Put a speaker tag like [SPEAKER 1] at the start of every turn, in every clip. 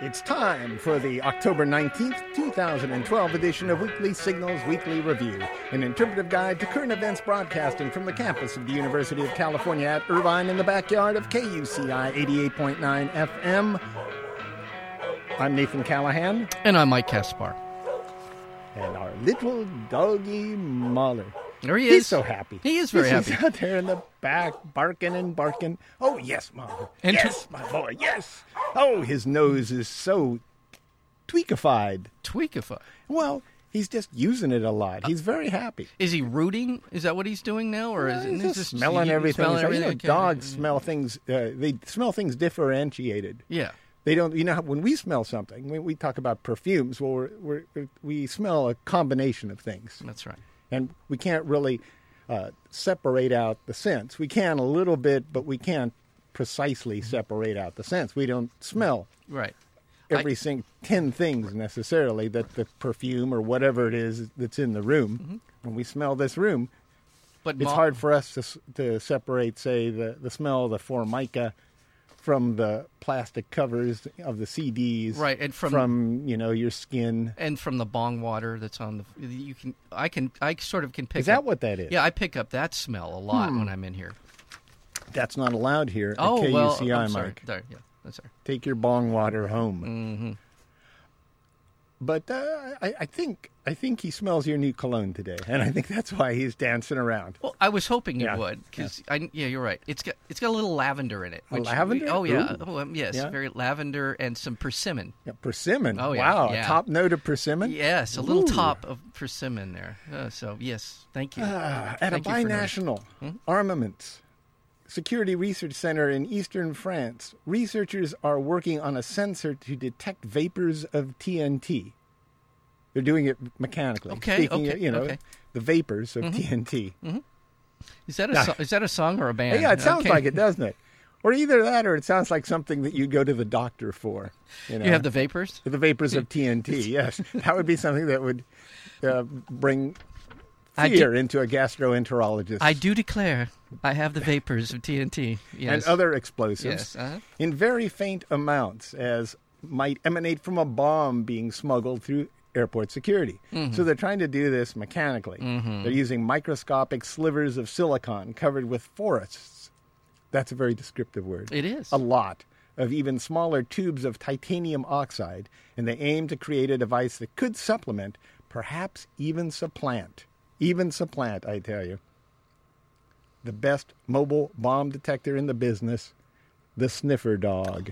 [SPEAKER 1] It's time for the October 19th, 2012 edition of Weekly Signals Weekly Review, an interpretive guide to current events broadcasting from the campus of the University of California at Irvine in the backyard of KUCI 88.9 FM. I'm Nathan Callahan
[SPEAKER 2] And I'm Mike Kaspar.
[SPEAKER 1] and our little doggy Mahler.
[SPEAKER 2] There he is.
[SPEAKER 1] He's so happy.
[SPEAKER 2] He is very
[SPEAKER 1] He's
[SPEAKER 2] happy.
[SPEAKER 1] out there in the back barking and barking. Oh, yes, Mahler.
[SPEAKER 2] And to-
[SPEAKER 1] yes, my boy. Yes. Oh, his nose is so tweakified.
[SPEAKER 2] Tweakify.
[SPEAKER 1] Well, he's just using it a lot. He's very happy.
[SPEAKER 2] Is he rooting? Is that what he's doing now, or is it
[SPEAKER 1] He's
[SPEAKER 2] is
[SPEAKER 1] just
[SPEAKER 2] this-
[SPEAKER 1] smelling
[SPEAKER 2] you- you
[SPEAKER 1] everything.
[SPEAKER 2] smelling
[SPEAKER 1] It's like, you know,
[SPEAKER 2] everything? Okay.
[SPEAKER 1] dogs smell things. Uh, they smell things differentiated.
[SPEAKER 2] Yeah.
[SPEAKER 1] They don't. You know, how- when we smell something, when we talk about perfumes, well, we're, we're, we're- we smell a combination of things,
[SPEAKER 2] That's right.
[SPEAKER 1] and we can't really uh, separate out the scents. We can a little bit, but we can't precisely separate out the scents. We don't smell
[SPEAKER 2] Right. I-
[SPEAKER 1] every sing- 10 things necessarily that the perfume or whatever it is that's in the room when we smell this room
[SPEAKER 2] but
[SPEAKER 1] it's
[SPEAKER 2] Mm-hmm. Ma-
[SPEAKER 1] hard for us to, s- to separate say the, the smell of the formica from the plastic covers of the cds
[SPEAKER 2] Right, and from-
[SPEAKER 1] you know your skin
[SPEAKER 2] And from the bong water that's on the, you can I can I sort of can pick.
[SPEAKER 1] Is that
[SPEAKER 2] up-
[SPEAKER 1] what that is? Hmm.
[SPEAKER 2] Yeah, I pick up that smell a lot when I'm in here.
[SPEAKER 1] that's not allowed here at
[SPEAKER 2] Oh
[SPEAKER 1] kuci
[SPEAKER 2] well,
[SPEAKER 1] mike
[SPEAKER 2] I'm sorry. There, yeah, that's right.
[SPEAKER 1] take your bong water home.
[SPEAKER 2] Mm-hmm.
[SPEAKER 1] But uh, I, I think I think he smells your new cologne today, and I think that's why he's dancing around.
[SPEAKER 2] Well, I was hoping you
[SPEAKER 1] Yeah.
[SPEAKER 2] would because I yeah you're right. It's got it's got a little lavender in it.
[SPEAKER 1] A
[SPEAKER 2] which-
[SPEAKER 1] lavender?
[SPEAKER 2] Oh yeah.
[SPEAKER 1] Ooh.
[SPEAKER 2] Oh um, yes,
[SPEAKER 1] Yeah.
[SPEAKER 2] very lavender and some persimmon.
[SPEAKER 1] Yeah, persimmon.
[SPEAKER 2] Oh, yeah,
[SPEAKER 1] wow,
[SPEAKER 2] yeah.
[SPEAKER 1] a top note of persimmon.
[SPEAKER 2] Yes, a little
[SPEAKER 1] Ooh.
[SPEAKER 2] top of persimmon there. Uh, so yes, thank you.
[SPEAKER 1] Ah, at a
[SPEAKER 2] Thank you for Hmm? noticing.
[SPEAKER 1] binational armaments security research center in eastern France, researchers are working on a sensor to detect vapors of TNT. They're doing it mechanically.
[SPEAKER 2] Okay,
[SPEAKER 1] Speaking
[SPEAKER 2] okay,
[SPEAKER 1] of, you know,
[SPEAKER 2] okay. Mm-hmm.
[SPEAKER 1] the vapors of TNT.
[SPEAKER 2] Is that a so- is that a song or a band?
[SPEAKER 1] Yeah, it sounds
[SPEAKER 2] Okay.
[SPEAKER 1] like it, doesn't it? Or either that, or it sounds like something that you go to the doctor for. You, know?
[SPEAKER 2] You have the vapors.
[SPEAKER 1] the vapors of TNT. yes, that would be something that would uh, bring
[SPEAKER 2] I do-
[SPEAKER 1] fear into a gastroenterologist
[SPEAKER 2] I do declare, I have the vapors of TNT. Yes.
[SPEAKER 1] and other explosives
[SPEAKER 2] Yes, uh-huh.
[SPEAKER 1] in very faint amounts, as might emanate from a bomb being smuggled through airport security. So
[SPEAKER 2] Mm-hmm.
[SPEAKER 1] they're trying to do this mechanically. They're using microscopic slivers of silicon covered with forests. That's a very descriptive word.
[SPEAKER 2] It is.
[SPEAKER 1] a lot of even smaller tubes of titanium oxide, and they aim to create a device that could supplement, perhaps even supplant, even supplant, I tell you, the best mobile bomb detector in the business, the sniffer dog.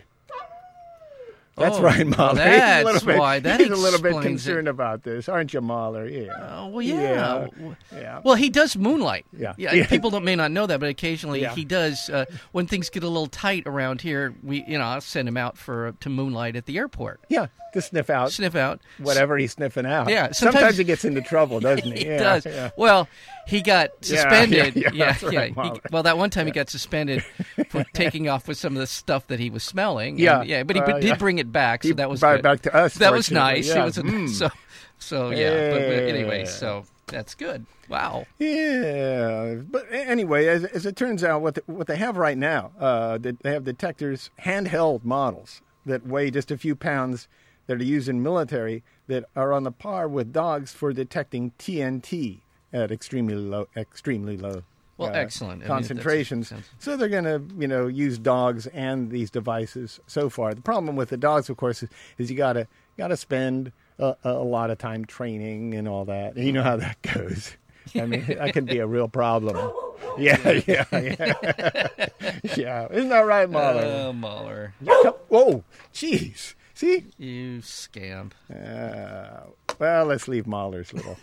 [SPEAKER 1] That's
[SPEAKER 2] Oh,
[SPEAKER 1] right, Mahler. He's a
[SPEAKER 2] that's
[SPEAKER 1] little bit-
[SPEAKER 2] why. That
[SPEAKER 1] he's a little bit
[SPEAKER 2] explains it.
[SPEAKER 1] concerned about this, aren't you, Mahler? Yeah.
[SPEAKER 2] Oh, well, yeah.
[SPEAKER 1] Yeah. yeah.
[SPEAKER 2] Well, he does moonlight.
[SPEAKER 1] Yeah.
[SPEAKER 2] yeah.
[SPEAKER 1] Yeah.
[SPEAKER 2] People don't, may not know that, but occasionally
[SPEAKER 1] Yeah.
[SPEAKER 2] he does. Uh, when things get a little tight around here, we you know I'll send him out for to moonlight at the airport,
[SPEAKER 1] yeah. To sniff out
[SPEAKER 2] sniff out.
[SPEAKER 1] whatever he's sniffing out.
[SPEAKER 2] Yeah,
[SPEAKER 1] Sometimes,
[SPEAKER 2] sometimes-
[SPEAKER 1] he gets into trouble, doesn't he?
[SPEAKER 2] He
[SPEAKER 1] yeah,
[SPEAKER 2] does.
[SPEAKER 1] yeah.
[SPEAKER 2] Well, he got
[SPEAKER 1] Yeah,
[SPEAKER 2] suspended.
[SPEAKER 1] yeah, yeah, that's right,
[SPEAKER 2] He-
[SPEAKER 1] Mahler.
[SPEAKER 2] well, that one time he got suspended for taking off with some of the stuff that he was smelling. and-
[SPEAKER 1] Yeah,
[SPEAKER 2] yeah. But he
[SPEAKER 1] well,
[SPEAKER 2] did
[SPEAKER 1] yeah.
[SPEAKER 2] bring it back, so
[SPEAKER 1] He
[SPEAKER 2] that was
[SPEAKER 1] brought it
[SPEAKER 2] good.
[SPEAKER 1] back to us,
[SPEAKER 2] So that was
[SPEAKER 1] fortunately,
[SPEAKER 2] nice.
[SPEAKER 1] yeah.
[SPEAKER 2] It was a,
[SPEAKER 1] Mm.
[SPEAKER 2] so. So yeah. But, but anyway,
[SPEAKER 1] Yeah.
[SPEAKER 2] so that's good. Wow.
[SPEAKER 1] Yeah, but a- anyway, as, as it turns out, what the, what they have right now, uh, that they have detectors, handheld models that weigh just a few pounds that are used in military that are on the par with dogs for detecting TNT at extremely low, extremely low. uh,
[SPEAKER 2] Well, excellent. I mean, that's-
[SPEAKER 1] concentrations.
[SPEAKER 2] sounds-
[SPEAKER 1] so they're going to, you know, use dogs and these devices so far. The problem with the dogs, of course, is, is you got to got to spend a, a lot of time training and all that. And you know how that goes. I mean, that can be a real problem. Yeah, yeah, yeah. yeah. Isn't that right, Mahler?
[SPEAKER 2] Oh, Mahler,
[SPEAKER 1] Whoa, jeez. See?
[SPEAKER 2] you scamp.
[SPEAKER 1] Uh, well, let's leave Mahler's little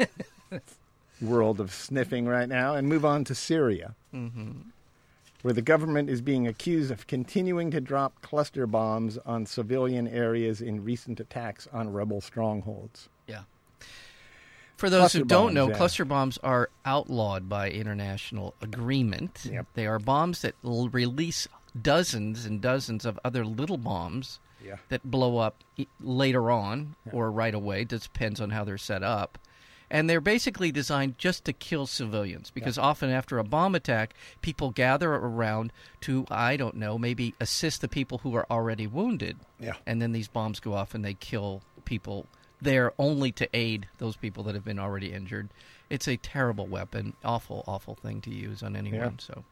[SPEAKER 1] world of sniffing right now and move on to Syria, mm-hmm. where the government is being accused of continuing to drop cluster bombs on civilian areas in recent attacks on rebel strongholds.
[SPEAKER 2] Yeah. For those
[SPEAKER 1] Cluster
[SPEAKER 2] who don't
[SPEAKER 1] bombs,
[SPEAKER 2] know,
[SPEAKER 1] yeah.
[SPEAKER 2] cluster bombs are outlawed by international agreement.
[SPEAKER 1] Yep.
[SPEAKER 2] They are bombs that l- release dozens and dozens of other little bombs
[SPEAKER 1] Yeah.
[SPEAKER 2] that blow up e- later on or right away. Just depends on how they're set up. and they're basically designed just to kill civilians because often after a bomb attack, people gather around to I don't know maybe assist the people who are already wounded.
[SPEAKER 1] Yeah.
[SPEAKER 2] and then these bombs go off and they kill people there only to aid those people that have been already injured. It's a terrible weapon, awful, awful thing to use on anyone. So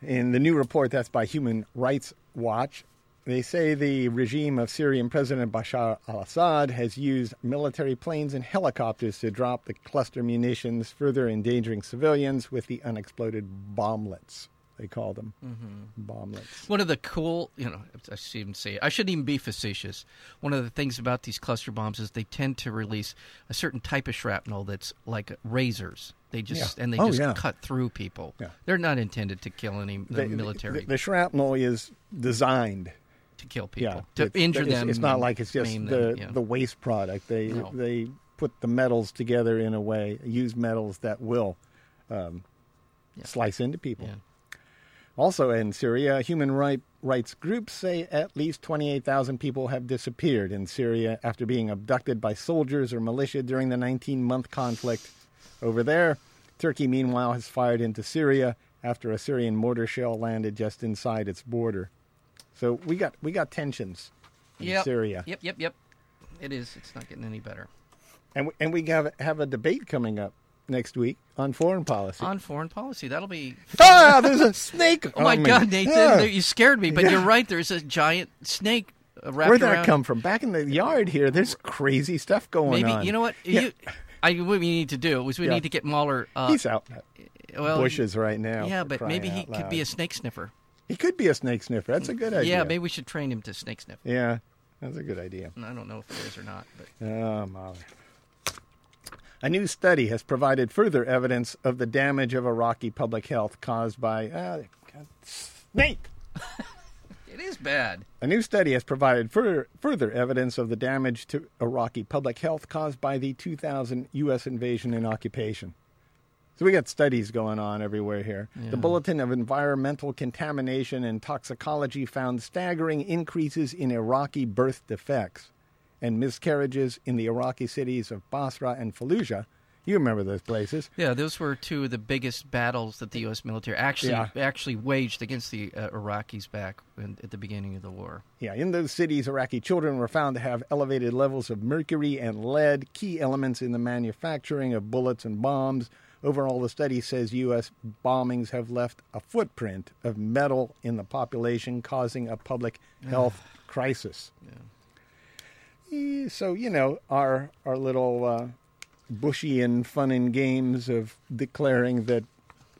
[SPEAKER 1] In the new report that's by Human Rights Watch, they say the regime of Syrian President Bashar al Assad has used military planes and helicopters to drop the cluster munitions, further endangering civilians with the unexploded bomblets, they call them.
[SPEAKER 2] Mm-hmm.
[SPEAKER 1] Bomblets.
[SPEAKER 2] One of the cool, you know, I shouldn't even say I shouldn't even be facetious. One of the things about these cluster bombs is they tend to release a certain type of shrapnel that's like razors. They just
[SPEAKER 1] Yeah.
[SPEAKER 2] and they
[SPEAKER 1] Oh,
[SPEAKER 2] just
[SPEAKER 1] yeah.
[SPEAKER 2] cut through people.
[SPEAKER 1] Yeah.
[SPEAKER 2] They're not intended to kill any the
[SPEAKER 1] The-
[SPEAKER 2] military
[SPEAKER 1] The, the shrapnel is designed.
[SPEAKER 2] to kill people
[SPEAKER 1] Yeah,
[SPEAKER 2] to
[SPEAKER 1] it's-
[SPEAKER 2] injure
[SPEAKER 1] it's,
[SPEAKER 2] them.
[SPEAKER 1] It's not
[SPEAKER 2] and
[SPEAKER 1] like it's just
[SPEAKER 2] maim
[SPEAKER 1] the,
[SPEAKER 2] them, yeah.
[SPEAKER 1] the waste product. They
[SPEAKER 2] No.
[SPEAKER 1] they put the metals together in a way, use metals that will um, slice into people.
[SPEAKER 2] Yeah.
[SPEAKER 1] Also in Syria, human right, rights groups say at least 28,000 people have disappeared in Syria after being abducted by soldiers or militia during the 19 month conflict over there. Turkey, meanwhile, has fired into Syria after a Syrian mortar shell landed just inside its border. So we got, we got tensions in
[SPEAKER 2] Yep.
[SPEAKER 1] Syria.
[SPEAKER 2] Yep, yep, yep. It is. It's not getting any better.
[SPEAKER 1] And, we- and we have, have a debate coming up next week on foreign policy.
[SPEAKER 2] On foreign policy, that'll be.
[SPEAKER 1] ah, there's a snake!
[SPEAKER 2] Oh my
[SPEAKER 1] on me.
[SPEAKER 2] God, Nathan,
[SPEAKER 1] Yeah.
[SPEAKER 2] there- you scared me. But you're right. There's a giant snake uh, wrapped
[SPEAKER 1] Where'd that
[SPEAKER 2] around.
[SPEAKER 1] come from? Back in the yard here, there's crazy stuff going
[SPEAKER 2] Maybe
[SPEAKER 1] on.
[SPEAKER 2] you know what you. I what we need to do is we
[SPEAKER 1] Yeah.
[SPEAKER 2] need to get Mahler. Uh,
[SPEAKER 1] He's out at
[SPEAKER 2] well,
[SPEAKER 1] bushes right now.
[SPEAKER 2] Yeah,
[SPEAKER 1] for
[SPEAKER 2] but
[SPEAKER 1] crying
[SPEAKER 2] maybe he
[SPEAKER 1] out
[SPEAKER 2] could be a
[SPEAKER 1] loud.
[SPEAKER 2] snake sniffer.
[SPEAKER 1] He could be a snake sniffer. That's a good idea.
[SPEAKER 2] Yeah, maybe we should train him to snake sniff.
[SPEAKER 1] Yeah, that's a good idea.
[SPEAKER 2] I don't know if it is or not, but
[SPEAKER 1] Oh, Mahler. A new study has provided further evidence of the damage of Iraqi public health caused by uh, snake.
[SPEAKER 2] it is bad.
[SPEAKER 1] A new study has provided fur- further evidence of the damage to Iraqi public health caused by the 2000 U.S. invasion and occupation. So we got studies going on everywhere here. The Bulletin of Environmental Contamination and Toxicology found staggering increases in Iraqi birth defects and miscarriages in the Iraqi cities of Basra and Fallujah. You remember those places.
[SPEAKER 2] Yeah, those were two of the biggest battles that the U.S. military actually
[SPEAKER 1] Yeah.
[SPEAKER 2] actually waged against the uh, Iraqis back in, at the beginning of the war.
[SPEAKER 1] Yeah, in those cities, Iraqi children were found to have elevated levels of mercury and lead, key elements in the manufacturing of bullets and bombs. Overall, the study says U.S. bombings have left a footprint of metal in the population, causing a public health crisis. Eh, So, you know, our, our little uh, bushy and fun and games of declaring that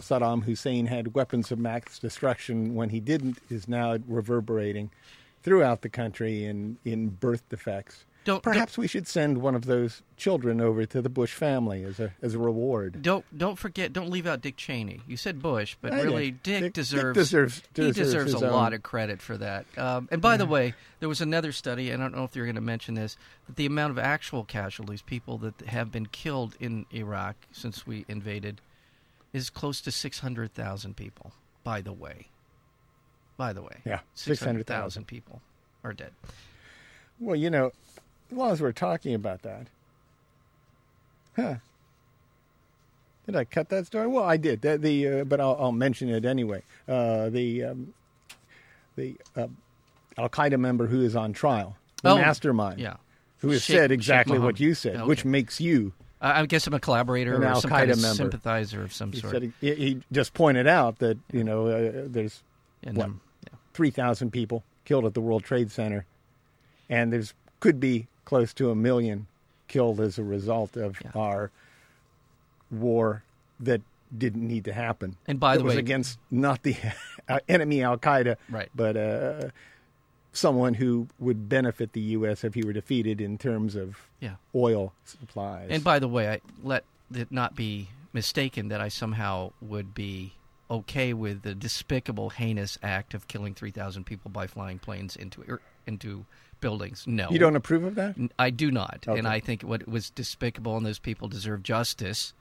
[SPEAKER 1] Saddam Hussein had weapons of mass destruction when he didn't is now reverberating throughout the country in, in birth defects.
[SPEAKER 2] Don't-
[SPEAKER 1] Perhaps we should send one of those children over to the Bush family as a as a reward.
[SPEAKER 2] Don't don't forget, don't leave out Dick Cheney. You said Bush, but
[SPEAKER 1] I did.
[SPEAKER 2] really, Dick,
[SPEAKER 1] Dick- Dick
[SPEAKER 2] deserves,
[SPEAKER 1] deserves- deserves
[SPEAKER 2] he deserves
[SPEAKER 1] his
[SPEAKER 2] a
[SPEAKER 1] own-
[SPEAKER 2] lot of credit for that. Um, and by the way, there was another study. I don't know if you're going to mention this, but the amount of actual casualties, people that have been killed in Iraq since we invaded, is close to six hundred thousand people. By the way, by the way,
[SPEAKER 1] Yeah,
[SPEAKER 2] six
[SPEAKER 1] 600,000.
[SPEAKER 2] hundred thousand people are dead.
[SPEAKER 1] Well, you know, as long as we're talking about that. Huh. Did I cut that story? Well, I did. The, the uh, but I'll, I'll mention it anyway. Uh, the um, the uh, Al Qaeda member who is on trial, the
[SPEAKER 2] Oh,
[SPEAKER 1] mastermind,
[SPEAKER 2] yeah.
[SPEAKER 1] who has
[SPEAKER 2] Sheikh-
[SPEAKER 1] said
[SPEAKER 2] Sheikh
[SPEAKER 1] exactly what
[SPEAKER 2] Mohammed.
[SPEAKER 1] you said,
[SPEAKER 2] Okay.
[SPEAKER 1] which makes you.
[SPEAKER 2] I I guess I'm a collaborator
[SPEAKER 1] An
[SPEAKER 2] or some kind
[SPEAKER 1] Al-Qaeda
[SPEAKER 2] of
[SPEAKER 1] member.
[SPEAKER 2] sympathizer of some
[SPEAKER 1] He
[SPEAKER 2] sort.
[SPEAKER 1] said he, he just pointed out that you know uh, there's
[SPEAKER 2] And,
[SPEAKER 1] what?
[SPEAKER 2] um, yeah.
[SPEAKER 1] three thousand people killed at the World Trade Center, and there's could be close to a million killed as a result of
[SPEAKER 2] Yeah.
[SPEAKER 1] our war that didn't need to happen.
[SPEAKER 2] And by
[SPEAKER 1] It
[SPEAKER 2] the
[SPEAKER 1] was
[SPEAKER 2] way-
[SPEAKER 1] against not the uh, enemy Al Qaeda,
[SPEAKER 2] Right.
[SPEAKER 1] but uh, someone who would benefit the U.S. if he were defeated in terms of
[SPEAKER 2] Yeah.
[SPEAKER 1] oil supplies.
[SPEAKER 2] And by the way, I let it not be mistaken that I somehow would be okay with the despicable, heinous act of killing three thousand people by flying planes into er, into buildings. No,
[SPEAKER 1] you don't approve of that?
[SPEAKER 2] N- I do not,
[SPEAKER 1] Okay.
[SPEAKER 2] and I think what was despicable, and those people deserve justice.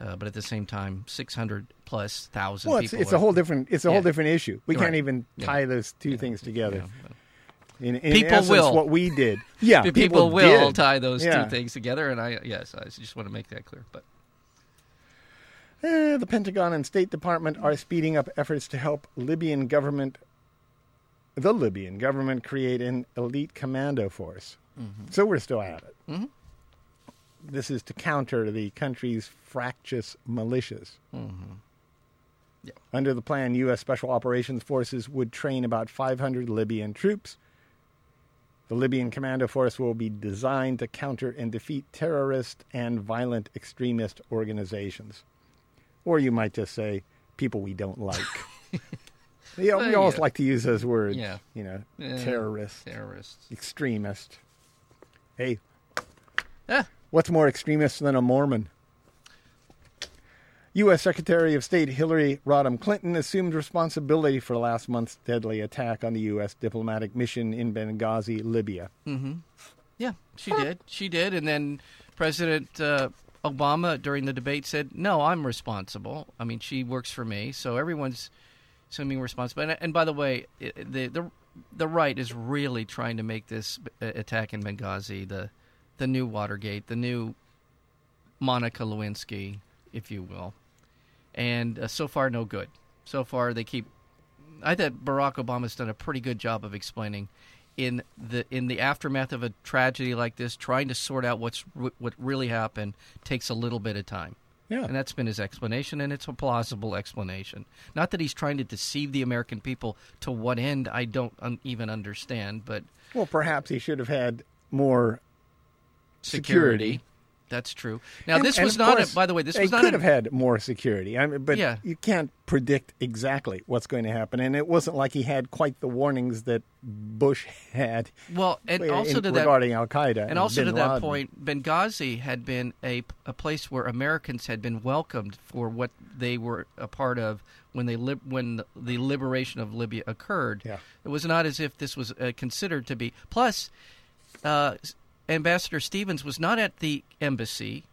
[SPEAKER 2] Uh, but at the same time, six hundred plus thousand.
[SPEAKER 1] Well, it's,
[SPEAKER 2] people
[SPEAKER 1] it's
[SPEAKER 2] are-
[SPEAKER 1] a whole different it's a
[SPEAKER 2] Yeah.
[SPEAKER 1] whole different issue. We
[SPEAKER 2] Right.
[SPEAKER 1] can't even
[SPEAKER 2] Yeah.
[SPEAKER 1] tie those two things together.
[SPEAKER 2] Yeah, but-
[SPEAKER 1] In, in
[SPEAKER 2] People
[SPEAKER 1] essence,
[SPEAKER 2] will.
[SPEAKER 1] what we did. Yeah,
[SPEAKER 2] people, will
[SPEAKER 1] did.
[SPEAKER 2] tie those
[SPEAKER 1] Yeah.
[SPEAKER 2] two things together, and I yes, I just want to make that clear. But
[SPEAKER 1] Eh, the Pentagon and State Department are speeding up efforts to help Libyan government, the Libyan government, create an elite commando force. So we're still at it. This is to counter the country's fractious militias.
[SPEAKER 2] Yeah.
[SPEAKER 1] Under the plan, U.S. Special Operations Forces would train about 500 Libyan troops. The Libyan Commando Force will be designed to counter and defeat terrorist and violent extremist organizations. Or you might just say, people we don't like. yeah, we
[SPEAKER 2] Well,
[SPEAKER 1] always
[SPEAKER 2] yeah.
[SPEAKER 1] like to use those words.
[SPEAKER 2] Yeah.
[SPEAKER 1] You know,
[SPEAKER 2] Yeah.
[SPEAKER 1] terrorist,
[SPEAKER 2] terrorists,
[SPEAKER 1] extremist. Hey,
[SPEAKER 2] ah,
[SPEAKER 1] What's more extremist than a Mormon? U.S. Secretary of State Hillary Rodham Clinton assumed responsibility for last month's deadly attack on the U.S. diplomatic mission in Benghazi, Libya.
[SPEAKER 2] yeah, she did, she did, and then President uh, Obama during the debate said, "No, I'm responsible. I mean, she works for me, so everyone's assuming responsibility." And, and by the way, i the the the right is really trying to make this uh, attack in Benghazi the the new Watergate, the new Monica Lewinsky, if you will. And uh, so far, no good. So far, they keep. I thought Barack Obama's done a pretty good job of explaining in the in the aftermath of a tragedy like this, trying to sort out what's re- what really happened takes a little bit of time.
[SPEAKER 1] Yeah.
[SPEAKER 2] And that's been his explanation, and it's a plausible explanation. Not that he's trying to deceive the American people to what end, I don't un- even understand, but
[SPEAKER 1] Well, perhaps he should have had more.
[SPEAKER 2] security.
[SPEAKER 1] Security.
[SPEAKER 2] That's true. Now,
[SPEAKER 1] And-
[SPEAKER 2] this
[SPEAKER 1] and
[SPEAKER 2] was
[SPEAKER 1] of
[SPEAKER 2] not,
[SPEAKER 1] course,
[SPEAKER 2] a, by the way, this
[SPEAKER 1] they
[SPEAKER 2] was not
[SPEAKER 1] could
[SPEAKER 2] a-
[SPEAKER 1] have had more security. I mean, but
[SPEAKER 2] Yeah.
[SPEAKER 1] you can't predict exactly what's going to happen, and it wasn't like he had quite the warnings that Bush had.
[SPEAKER 2] Well, and
[SPEAKER 1] in-
[SPEAKER 2] also to that
[SPEAKER 1] regarding Al Qaeda,
[SPEAKER 2] and also
[SPEAKER 1] Bin
[SPEAKER 2] to that
[SPEAKER 1] Laden.
[SPEAKER 2] point, Benghazi had been a, a place where Americans had been welcomed for what they were a part of when they lib- when the liberation of Libya occurred.
[SPEAKER 1] Yeah.
[SPEAKER 2] It was not as if this was uh, considered to be. Plus, uh, Ambassador Stevens was not at the embassy.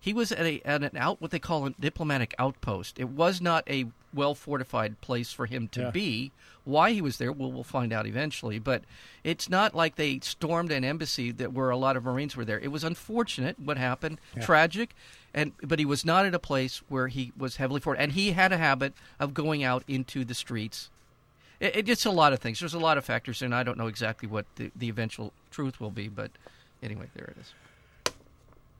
[SPEAKER 2] He was at, a, at an out what they call a diplomatic outpost. It was not a well fortified place for him to
[SPEAKER 1] Yeah.
[SPEAKER 2] be. Why he was there, well, we'll find out eventually. But it's not like they stormed an embassy that where a lot of Marines were there. It was unfortunate what happened, tragic, and but he was not at a place where he was heavily for And he had a habit of going out into the streets it, it, it's a lot of things. There's a lot of factors, and I don't know exactly what the, the eventual truth will be, but anyway, there it is.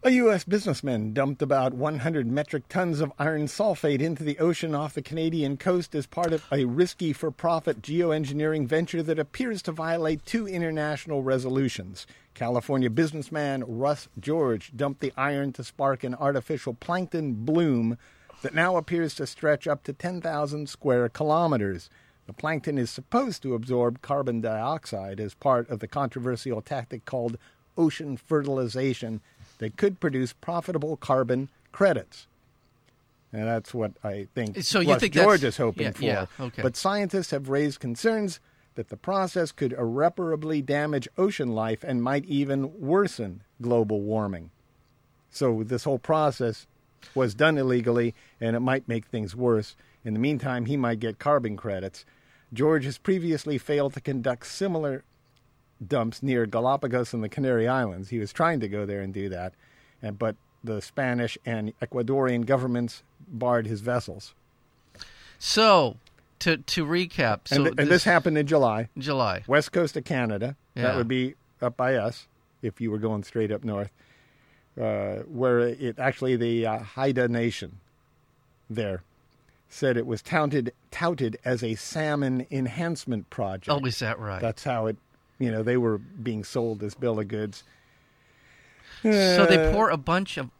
[SPEAKER 1] A U.S. businessman dumped about 100 metric tons of iron sulfate into the ocean off the Canadian coast as part of a risky for profit geoengineering venture that appears to violate two international resolutions. California businessman Russ George dumped the iron to spark an artificial plankton bloom that now appears to stretch up to 10,000 square kilometers. The plankton is supposed to absorb carbon dioxide as part of the controversial tactic called ocean fertilization that could produce profitable carbon credits. And that's what I think,
[SPEAKER 2] So you
[SPEAKER 1] Russ
[SPEAKER 2] think that's-
[SPEAKER 1] George is hoping
[SPEAKER 2] yeah,
[SPEAKER 1] for.
[SPEAKER 2] yeah, okay.
[SPEAKER 1] But scientists have raised concerns that the process could irreparably damage ocean life and might even worsen global warming. So this whole process was done illegally, and it might make things worse. In the meantime, he might get carbon credits. George has previously failed to conduct similar dumps near Galapagos and the Canary Islands. He was trying to go there and do that, and, but the Spanish and Ecuadorian governments barred his vessels.
[SPEAKER 2] So, to to recap, so
[SPEAKER 1] And, th- and this happened in July.
[SPEAKER 2] July.
[SPEAKER 1] west coast of Canada. That
[SPEAKER 2] Yeah.
[SPEAKER 1] would be up by us if you were going straight up north, uh, where it actually the uh, Haida Nation there said it was touted touted as a salmon enhancement project.
[SPEAKER 2] Oh, is that right?
[SPEAKER 1] That's how it, you know, they were being sold as bill of goods.
[SPEAKER 2] so they pour a bunch of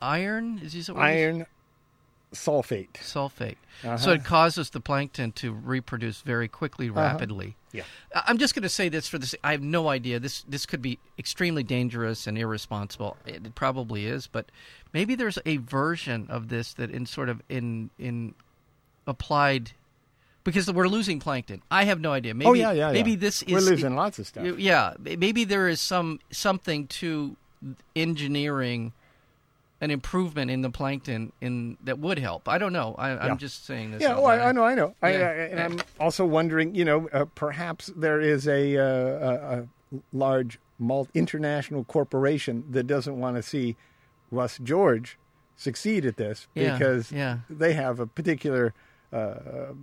[SPEAKER 2] iron. Is this what it is?
[SPEAKER 1] uh, Iron Uh-huh. sulfate.
[SPEAKER 2] sulfate. So it causes the plankton to reproduce very quickly, rapidly.
[SPEAKER 1] Uh-huh. Yeah.
[SPEAKER 2] I- I'm just going to say this for this. I have no idea. This this could be extremely dangerous and irresponsible. It probably is, but maybe there's a version of this that in sort of in in applied because we're losing plankton. I have no idea. Maybe
[SPEAKER 1] oh yeah, yeah, yeah.
[SPEAKER 2] maybe this is
[SPEAKER 1] we're losing lots of stuff.
[SPEAKER 2] Y- Yeah, m- maybe there is some something to engineering an improvement in the plankton in that would help. I don't know. I,
[SPEAKER 1] Yeah.
[SPEAKER 2] I'm just saying this.
[SPEAKER 1] Yeah,
[SPEAKER 2] out
[SPEAKER 1] oh, I,
[SPEAKER 2] loud.
[SPEAKER 1] I know, I know. I, I,
[SPEAKER 2] Yeah.
[SPEAKER 1] and I'm also wondering, you know, uh, perhaps there is a, uh, a, a large mult international corporation that doesn't want to see Russ George succeed at this
[SPEAKER 2] Yeah,
[SPEAKER 1] because
[SPEAKER 2] yeah.
[SPEAKER 1] they have a particular uh,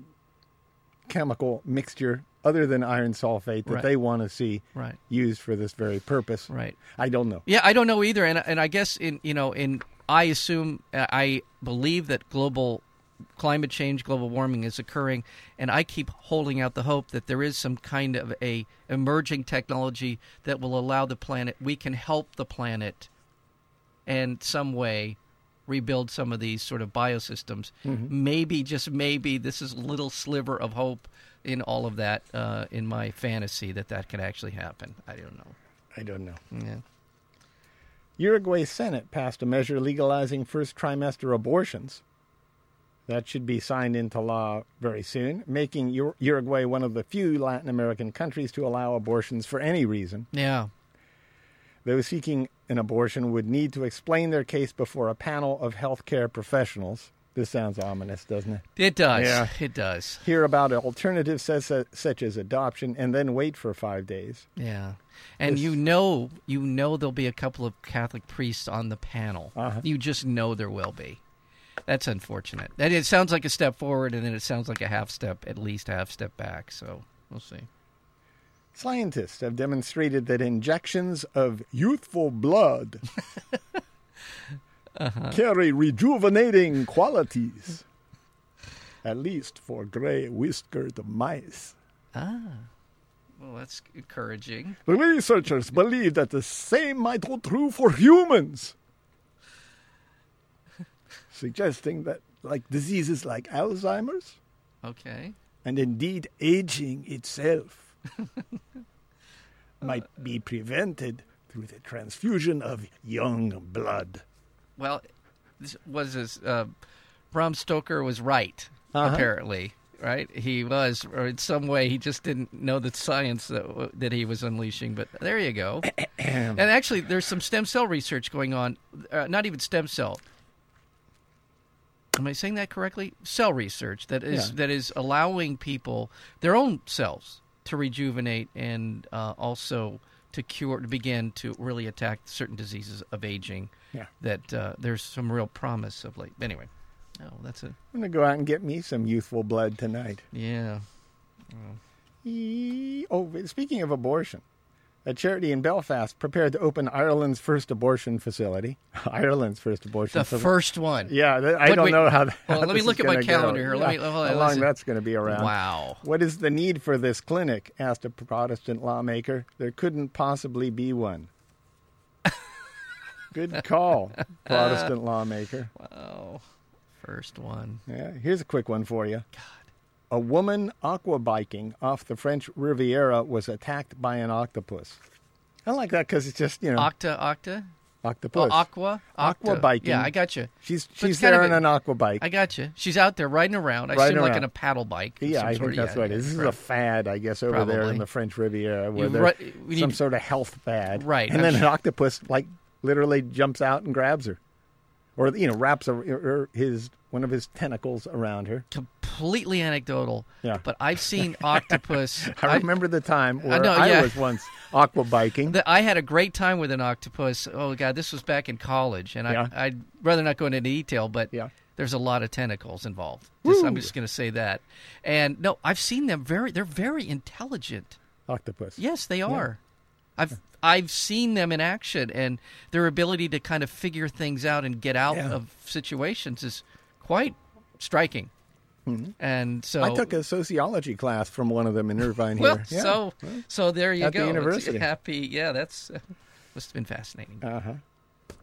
[SPEAKER 1] chemical mixture other than iron sulfate that
[SPEAKER 2] Right.
[SPEAKER 1] they want to see
[SPEAKER 2] Right.
[SPEAKER 1] used for this very purpose.
[SPEAKER 2] Right.
[SPEAKER 1] I don't know.
[SPEAKER 2] Yeah, I don't know either, and and I guess in you know in I assume uh, I believe that global climate change, global warming is occurring, and I keep holding out the hope that there is some kind of a emerging technology that will allow the planet we can help the planet, and some way rebuild some of these sort of biosystems. Maybe just maybe this is a little sliver of hope in all of that uh, in my fantasy that that could actually happen. I don't know.
[SPEAKER 1] I don't know.
[SPEAKER 2] Yeah.
[SPEAKER 1] Uruguay Senate passed a measure legalizing first trimester abortions. That should be signed into law very soon, making Ur- Uruguay one of the few Latin American countries to allow abortions for any reason.
[SPEAKER 2] Yeah.
[SPEAKER 1] Those seeking an abortion would need to explain their case before a panel of healthcare professionals. This sounds ominous, doesn't it?
[SPEAKER 2] It does.
[SPEAKER 1] Yeah.
[SPEAKER 2] It does.
[SPEAKER 1] Hear about alternatives such, such as adoption and then wait for five days.
[SPEAKER 2] Yeah. And you know, you know there'll be a couple of Catholic priests on the panel. You just know there will be. That's unfortunate. That it sounds like a step forward and then it sounds like a half step, at least a half step back. So, we'll see.
[SPEAKER 1] Scientists have demonstrated that injections of youthful blood carry rejuvenating qualities, at least for gray whiskered mice.
[SPEAKER 2] Well, that's encouraging.
[SPEAKER 1] The researchers believe that the same might hold true for humans, suggesting that like diseases like Alzheimer's
[SPEAKER 2] Okay.
[SPEAKER 1] and indeed aging itself might be prevented through the transfusion of young blood.
[SPEAKER 2] Well, this was his, uh, Bram Stoker was right,
[SPEAKER 1] Uh-huh.
[SPEAKER 2] apparently. Right, he was, or in some way, he just didn't know the science that, that he was unleashing. But there you go. and actually, there's some stem cell research going on. Uh, not even stem cell. Am I saying that correctly? Cell research that is
[SPEAKER 1] Yeah.
[SPEAKER 2] that is allowing people their own cells to rejuvenate and uh, also to cure to begin to really attack certain diseases of aging
[SPEAKER 1] Yeah.
[SPEAKER 2] that uh, there's some real promise of late. Anyway, oh, that's a
[SPEAKER 1] I'm going to go out and get me some youthful blood tonight.
[SPEAKER 2] yeah.
[SPEAKER 1] Eee- Oh, speaking of abortion, a charity in Belfast prepared to open Ireland's first abortion facility. Ireland's first abortion
[SPEAKER 2] The
[SPEAKER 1] facility.
[SPEAKER 2] first one.
[SPEAKER 1] Yeah, th- I
[SPEAKER 2] Wait,
[SPEAKER 1] don't
[SPEAKER 2] wait.
[SPEAKER 1] know how. th-
[SPEAKER 2] Well,
[SPEAKER 1] how
[SPEAKER 2] let me
[SPEAKER 1] this is
[SPEAKER 2] look at my
[SPEAKER 1] gonna
[SPEAKER 2] calendar
[SPEAKER 1] go.
[SPEAKER 2] here. Let me- hold on,
[SPEAKER 1] how
[SPEAKER 2] let
[SPEAKER 1] long
[SPEAKER 2] me see.
[SPEAKER 1] that's going to be around?
[SPEAKER 2] Wow.
[SPEAKER 1] What is the need for this clinic? asked a Protestant lawmaker. There couldn't possibly be one. Good call, Protestant lawmaker.
[SPEAKER 2] Oh, first one.
[SPEAKER 1] Yeah, here's a quick one for you. God. A woman aquabiking off the French Riviera was attacked by an octopus. I like that because it's just you know
[SPEAKER 2] Octa, octa.
[SPEAKER 1] octopus.
[SPEAKER 2] Well, aqua,
[SPEAKER 1] Aqua
[SPEAKER 2] octa.
[SPEAKER 1] biking.
[SPEAKER 2] Yeah, I got you.
[SPEAKER 1] she's
[SPEAKER 2] But
[SPEAKER 1] she's
[SPEAKER 2] it's kind
[SPEAKER 1] there
[SPEAKER 2] of
[SPEAKER 1] on
[SPEAKER 2] a-
[SPEAKER 1] an aquabike.
[SPEAKER 2] I got you. She's out there riding around. I
[SPEAKER 1] Riding
[SPEAKER 2] assume like
[SPEAKER 1] around.
[SPEAKER 2] on a paddle bike. of
[SPEAKER 1] Yeah,
[SPEAKER 2] some
[SPEAKER 1] I
[SPEAKER 2] sort.
[SPEAKER 1] think that's
[SPEAKER 2] Yeah,
[SPEAKER 1] right.
[SPEAKER 2] yeah,
[SPEAKER 1] This is
[SPEAKER 2] right.
[SPEAKER 1] a fad, I guess, over there in
[SPEAKER 2] Probably.
[SPEAKER 1] the French Riviera, where
[SPEAKER 2] You
[SPEAKER 1] there's
[SPEAKER 2] ri- we
[SPEAKER 1] some
[SPEAKER 2] need-
[SPEAKER 1] sort of health fad,
[SPEAKER 2] Right,
[SPEAKER 1] And
[SPEAKER 2] I'm
[SPEAKER 1] then an
[SPEAKER 2] sure.
[SPEAKER 1] octopus like literally jumps out and grabs her, or you know, wraps a, or his one of his tentacles around her.
[SPEAKER 2] completely anecdotal.
[SPEAKER 1] Yeah.
[SPEAKER 2] But I've seen octopus.
[SPEAKER 1] I remember the time where I,
[SPEAKER 2] know, yeah.
[SPEAKER 1] was once aqua biking.
[SPEAKER 2] that I had a great time with an octopus. Oh god, this was back in college, and I,
[SPEAKER 1] Yeah.
[SPEAKER 2] I'd rather not go into detail, but
[SPEAKER 1] Yeah.
[SPEAKER 2] there's a lot of tentacles involved. Just- I'm just going to say that. And no, I've seen them very. They're very intelligent.
[SPEAKER 1] octopus.
[SPEAKER 2] Yes, they are. I've I've seen them in action, and their ability to kind of figure things out and get out
[SPEAKER 1] Yeah.
[SPEAKER 2] of situations is quite striking. And so
[SPEAKER 1] Mm-hmm. I took a sociology class from one of them in Irvine here.
[SPEAKER 2] Oh. well,
[SPEAKER 1] Yeah.
[SPEAKER 2] so so there you
[SPEAKER 1] At the
[SPEAKER 2] go. It's
[SPEAKER 1] university.
[SPEAKER 2] happy, yeah. That's uh, must have been fascinating.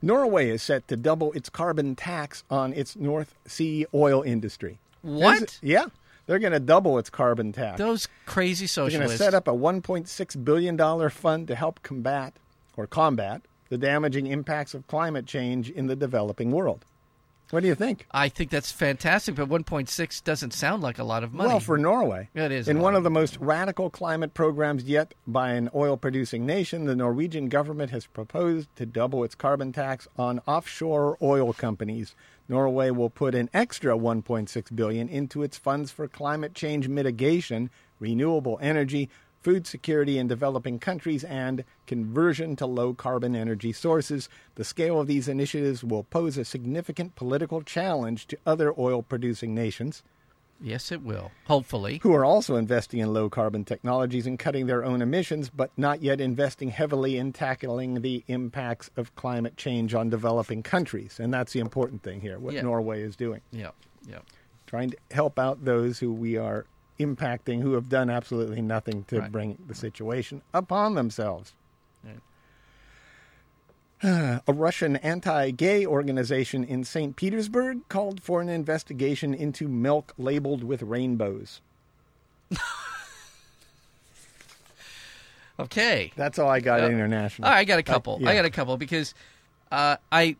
[SPEAKER 1] Norway is set to double its carbon tax on its North Sea oil industry.
[SPEAKER 2] What?
[SPEAKER 1] There's- yeah, they're going to double its carbon tax.
[SPEAKER 2] Those crazy
[SPEAKER 1] They're going to
[SPEAKER 2] socialists.
[SPEAKER 1] set up a $1.6 billion fund to help combat or combat the damaging impacts of climate change in the developing world. What do you think?
[SPEAKER 2] I think that's fantastic, but 1.6 doesn't sound like a lot of money.
[SPEAKER 1] Well, for Norway,
[SPEAKER 2] It is
[SPEAKER 1] in
[SPEAKER 2] a lot
[SPEAKER 1] one
[SPEAKER 2] of
[SPEAKER 1] of the most radical climate programs yet by an oil-producing nation, the Norwegian government has proposed to double its carbon tax on offshore oil companies. Norway will put an extra 1.6 billion into its funds for climate change mitigation, renewable energy, food security in developing countries, and conversion to low carbon energy sources. The scale of these initiatives will pose a significant political challenge to other oil producing nations
[SPEAKER 2] yes, it will. Hopefully.
[SPEAKER 1] who are also investing in low carbon technologies and cutting their own emissions, but not yet investing heavily in tackling the impacts of climate change on developing countries. And that's the important thing here, what
[SPEAKER 2] Yeah.
[SPEAKER 1] Norway is doing,
[SPEAKER 2] Yeah, yeah.
[SPEAKER 1] trying to help out those who we are impacting who have done absolutely nothing to
[SPEAKER 2] Right.
[SPEAKER 1] bring the situation upon themselves. A Russian anti gay organization in St. Petersburg called for an investigation into milk labeled with rainbows.
[SPEAKER 2] Okay.
[SPEAKER 1] That's all I got
[SPEAKER 2] Yeah.
[SPEAKER 1] international.
[SPEAKER 2] All right, I got a couple.
[SPEAKER 1] yeah.
[SPEAKER 2] I got a couple because uh, I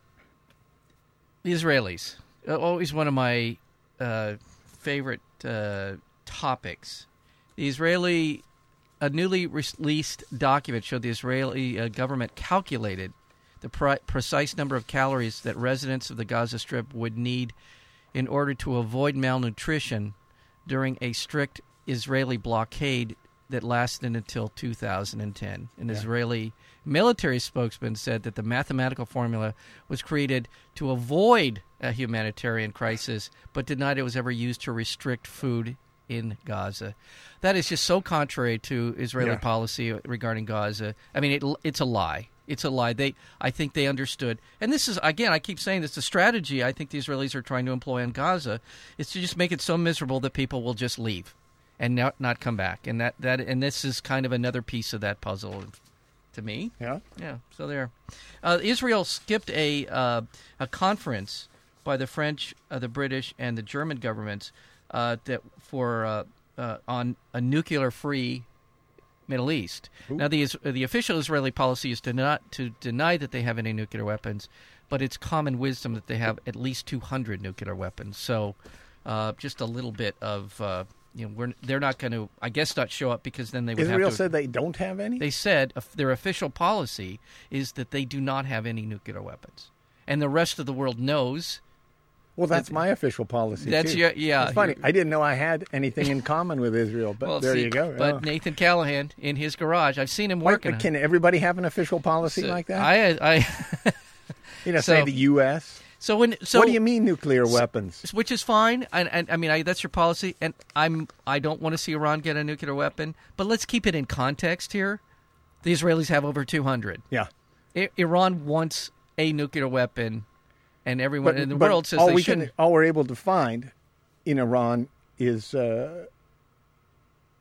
[SPEAKER 2] the Israelis uh, always one of my uh, favorite uh, topics. The Israeli a newly released document showed the Israeli uh, government calculated the pre- precise number of calories that residents of the Gaza Strip would need in order to avoid malnutrition during a strict Israeli blockade that lasted until 2010. An Israeli military spokesman said that the mathematical formula was created to avoid a humanitarian crisis, but denied it was ever used to restrict food in Gaza. That is just so contrary to Israeli
[SPEAKER 1] Yeah.
[SPEAKER 2] policy regarding Gaza. I mean, it, it's a lie. It's a lie. They, I think they understood. And this is, again, I keep saying this the strategy I think the Israelis are trying to employ on Gaza is to just make it so miserable that people will just leave and not, not come back. And that, that and this is kind of another piece of that puzzle to me.
[SPEAKER 1] Yeah.
[SPEAKER 2] Yeah, so there. Uh, Israel skipped a uh, a conference by the French, uh, the British, and the German governments uh, that for uh, uh, on a nuclear free Middle East. Now, the Is- uh, the official Israeli policy is to not to deny that they have any nuclear weapons, but it's common wisdom that they have at least 200 nuclear weapons. So, uh, just a little bit of uh, you know, we're, they're not going to, I guess, not show up because then they would
[SPEAKER 1] Israel
[SPEAKER 2] have to.
[SPEAKER 1] said they don't have any.
[SPEAKER 2] They said of- their official policy is that they do not have any nuclear weapons, and the rest of the world knows.
[SPEAKER 1] well, that's my official policy.
[SPEAKER 2] That's
[SPEAKER 1] too.
[SPEAKER 2] your- yeah,
[SPEAKER 1] It's funny.
[SPEAKER 2] your-
[SPEAKER 1] I didn't know I had anything in common with Israel, but
[SPEAKER 2] Well,
[SPEAKER 1] there
[SPEAKER 2] see,
[SPEAKER 1] you go.
[SPEAKER 2] But
[SPEAKER 1] Yeah.
[SPEAKER 2] Nathan Callahan in his garage, I've seen him
[SPEAKER 1] Wait,
[SPEAKER 2] working.
[SPEAKER 1] but can everybody have an official policy
[SPEAKER 2] on it.
[SPEAKER 1] like that?
[SPEAKER 2] I, I,
[SPEAKER 1] you know,
[SPEAKER 2] so-
[SPEAKER 1] say the U.S.
[SPEAKER 2] so when so
[SPEAKER 1] what do you mean nuclear weapons?
[SPEAKER 2] which is fine. And, and I mean, I, that's your policy. And I'm I don't want to see Iran get a nuclear weapon, but let's keep it in context here. The Israelis have over 200.
[SPEAKER 1] Yeah,
[SPEAKER 2] I, Iran wants a nuclear weapon, and everyone in the
[SPEAKER 1] but
[SPEAKER 2] world says
[SPEAKER 1] all
[SPEAKER 2] they
[SPEAKER 1] we
[SPEAKER 2] shouldn't.
[SPEAKER 1] can, all we're able to find in Iran is uh,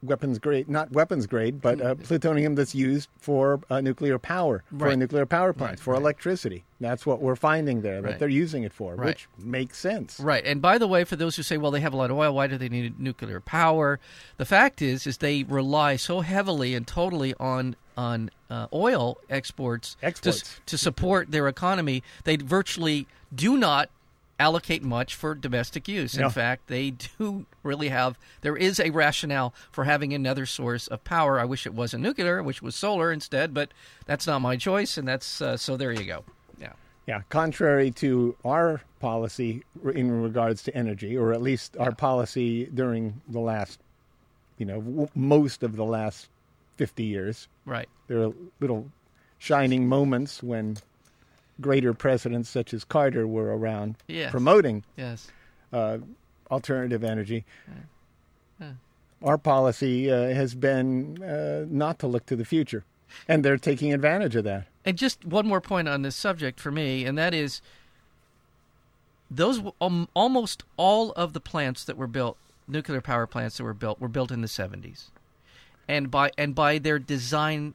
[SPEAKER 1] weapons grade, not weapons grade, but uh, plutonium that's used for uh, nuclear power, for a
[SPEAKER 2] Right.
[SPEAKER 1] nuclear power plant, for electricity. That's what we're finding there that
[SPEAKER 2] Right.
[SPEAKER 1] they're using it for,
[SPEAKER 2] Right.
[SPEAKER 1] which makes sense.
[SPEAKER 2] Right. And by the way, for those who say, well, they have a lot of oil, why do they need nuclear power? The fact is, is they rely so heavily and totally on on uh, oil exports, to s-
[SPEAKER 1] Exports.
[SPEAKER 2] To, support their economy. They virtually do not allocate much for domestic use. In
[SPEAKER 1] No.
[SPEAKER 2] fact, they do really have there is a rationale for having another source of power. I wish it wasn't nuclear, I wish it was solar instead, but that's not my choice and that's uh, so there you go. Yeah.
[SPEAKER 1] Yeah, contrary to our policy re- in regards to energy, or at least our policy during the last, you know, w- most of the last 50 years,
[SPEAKER 2] Right.
[SPEAKER 1] there are little shining moments when greater presidents such as Carter were around
[SPEAKER 2] Yes.
[SPEAKER 1] promoting
[SPEAKER 2] Yes.
[SPEAKER 1] uh, alternative energy. Our policy uh, has been uh, not to look to the future, and they're taking advantage of that.
[SPEAKER 2] And just one more point on this subject for me, and that is those um, almost all of the plants that were built, nuclear power plants that were built, were built in the 70s. And by and by their design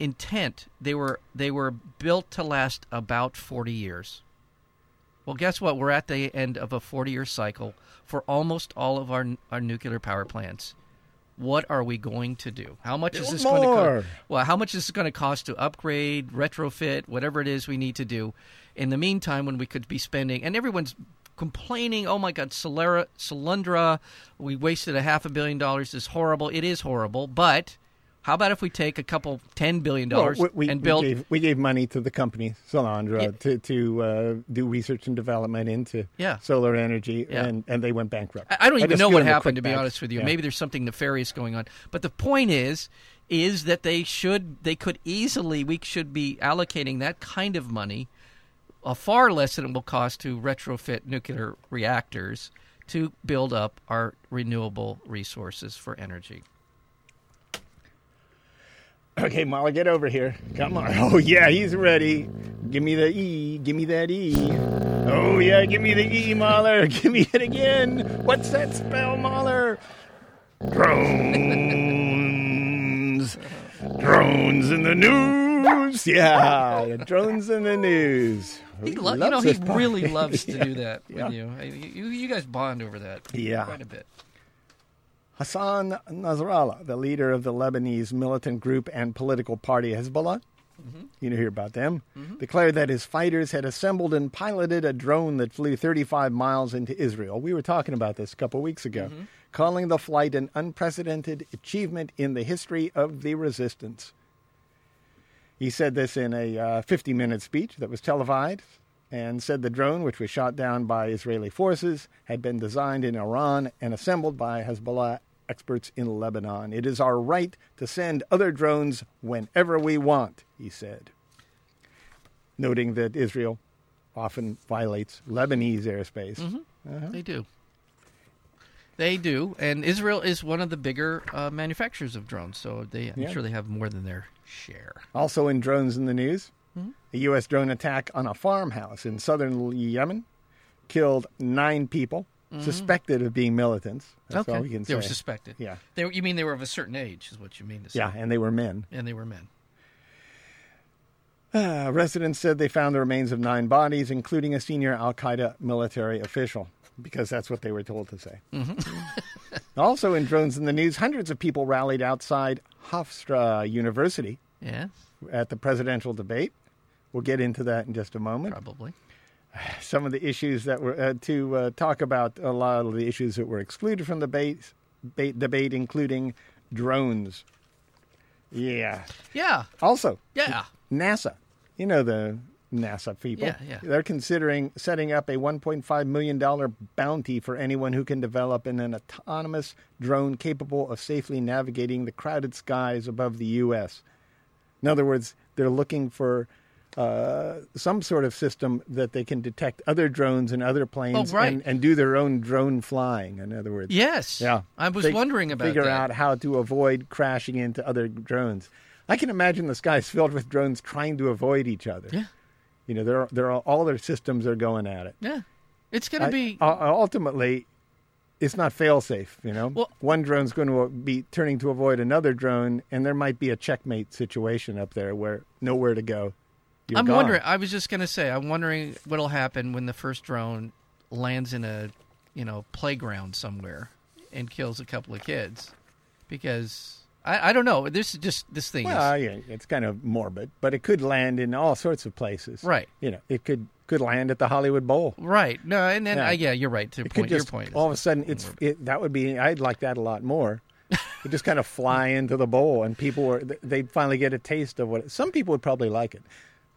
[SPEAKER 2] intent, they were they were built to last about 40 years. Well, guess what? We're at the end of a 40-year cycle for almost all of our our nuclear power plants. What are we going to do? How much is
[SPEAKER 1] Build
[SPEAKER 2] this going to
[SPEAKER 1] more.
[SPEAKER 2] cost? Well, how much is it going to cost to upgrade, retrofit, whatever it is we need to do? In the meantime, when we could be spending, and everyone's complaining, "Oh my God, Solera, Solyndra, we wasted a half a billion dollars. Is horrible. It is horrible. But how about if we take a couple ten billion
[SPEAKER 1] Well,
[SPEAKER 2] dollars
[SPEAKER 1] we, we,
[SPEAKER 2] and
[SPEAKER 1] we
[SPEAKER 2] build
[SPEAKER 1] gave, we gave money to the company Solandra
[SPEAKER 2] Yeah.
[SPEAKER 1] to to uh, do research and development into
[SPEAKER 2] Yeah.
[SPEAKER 1] solar energy,
[SPEAKER 2] Yeah.
[SPEAKER 1] and, and they went bankrupt.
[SPEAKER 2] I I don't even
[SPEAKER 1] just
[SPEAKER 2] know
[SPEAKER 1] give
[SPEAKER 2] what
[SPEAKER 1] them a
[SPEAKER 2] happened, to be
[SPEAKER 1] kickback.
[SPEAKER 2] honest with you.
[SPEAKER 1] Yeah.
[SPEAKER 2] Maybe there's something nefarious going on. But the point is, is that they should, they could easily, we should be allocating that kind of money, uh, far less than it will cost to retrofit nuclear reactors to build up our renewable resources for energy.
[SPEAKER 1] Okay, Molly, get over here. Come on. Oh yeah, he's ready. Give me the E. Give me that E. Oh yeah, give me the E, Mahler. Give me it again. What's that spell, Mahler? Drones. drones in the news. Yeah, drones in the news.
[SPEAKER 2] He
[SPEAKER 1] He
[SPEAKER 2] lo- you
[SPEAKER 1] loves
[SPEAKER 2] know, he
[SPEAKER 1] this part.
[SPEAKER 2] really loves to do that with
[SPEAKER 1] yeah.
[SPEAKER 2] you. I- you. You guys bond over that
[SPEAKER 1] Yeah.
[SPEAKER 2] quite a bit.
[SPEAKER 1] Hassan Nasrallah, the leader of the Lebanese militant group and political party Hezbollah, you know, hear about them, declared that his fighters had assembled and piloted a drone that flew 35 miles into Israel. We were talking about this a couple weeks ago, calling the flight an unprecedented achievement in the history of the resistance. He said this in a uh, 50 minute speech that was televised and said the drone, which was shot down by Israeli forces, had been designed in Iran and assembled by Hezbollah experts in Lebanon. It is our right to send other drones whenever we want, he said, noting that Israel often violates Lebanese airspace.
[SPEAKER 2] They do. They do, and Israel is one of the bigger uh, manufacturers of drones, so they, I'm
[SPEAKER 1] Yeah.
[SPEAKER 2] sure they have more than their share.
[SPEAKER 1] Also in drones in the news,
[SPEAKER 2] Hmm?
[SPEAKER 1] a U.S. drone attack on a farmhouse in southern Yemen killed nine people suspected of being militants. That's all we can
[SPEAKER 2] Mm-hmm. they were
[SPEAKER 1] say.
[SPEAKER 2] suspected.
[SPEAKER 1] Yeah.
[SPEAKER 2] they, were- you mean they were of a certain age, is what you mean to say?
[SPEAKER 1] yeah, and they were men.
[SPEAKER 2] and they were men.
[SPEAKER 1] Uh, residents said they found the remains of nine bodies, including a senior Al Qaeda military official, because that's what they were told to say.
[SPEAKER 2] Mm-hmm.
[SPEAKER 1] also in drones in the news, hundreds of people rallied outside Hofstra University
[SPEAKER 2] Yeah,
[SPEAKER 1] at the presidential debate. We'll get into that in just a moment.
[SPEAKER 2] probably.
[SPEAKER 1] some of the issues that were uh, to uh, talk about a lot of the issues that were excluded from the debate, debate, debate including drones. Yeah.
[SPEAKER 2] Yeah,
[SPEAKER 1] Also,
[SPEAKER 2] yeah.
[SPEAKER 1] NASA. You know the NASA people.
[SPEAKER 2] Yeah, yeah.
[SPEAKER 1] They're considering setting up a 1.5 million dollar bounty for anyone who can develop an, an autonomous drone capable of safely navigating the crowded skies above the U.S. In other words, they're looking for. Uh, some sort of system that they can detect other drones and other planes
[SPEAKER 2] Oh, right.
[SPEAKER 1] and, and do their own drone flying. In other words,
[SPEAKER 2] Yes.
[SPEAKER 1] yeah,
[SPEAKER 2] I was
[SPEAKER 1] Fig-
[SPEAKER 2] wondering about
[SPEAKER 1] figure
[SPEAKER 2] that.
[SPEAKER 1] out how to avoid crashing into other drones. I can imagine the sky's filled with drones trying to avoid each other.
[SPEAKER 2] Yeah.
[SPEAKER 1] you know, they're they're all, all their systems are going at it.
[SPEAKER 2] Yeah, it's going to be.
[SPEAKER 1] I- u- ultimately, it's not fail safe. You know,
[SPEAKER 2] Well-
[SPEAKER 1] one drone's going to be turning to avoid another drone, and there might be a checkmate situation up there where nowhere to go. You're
[SPEAKER 2] I'm
[SPEAKER 1] gone.
[SPEAKER 2] wondering. I was just going to say. I'm wondering what'll happen when the first drone lands in a, you know, playground somewhere and kills a couple of kids, because I, I don't know. This is just this thing. is,
[SPEAKER 1] Well, yeah, it's kind of morbid, but it could land in all sorts of places.
[SPEAKER 2] Right.
[SPEAKER 1] You know, it could could land at the Hollywood Bowl.
[SPEAKER 2] Right. No, and then
[SPEAKER 1] Yeah.
[SPEAKER 2] yeah, yeah you're right. To your
[SPEAKER 1] It could
[SPEAKER 2] point, your
[SPEAKER 1] just
[SPEAKER 2] point. is-
[SPEAKER 1] all of a sudden it's it, that would be I'd like that a lot more. It just kind of fly into the bowl, and people were they'd finally get a taste of what. Some people would probably like it.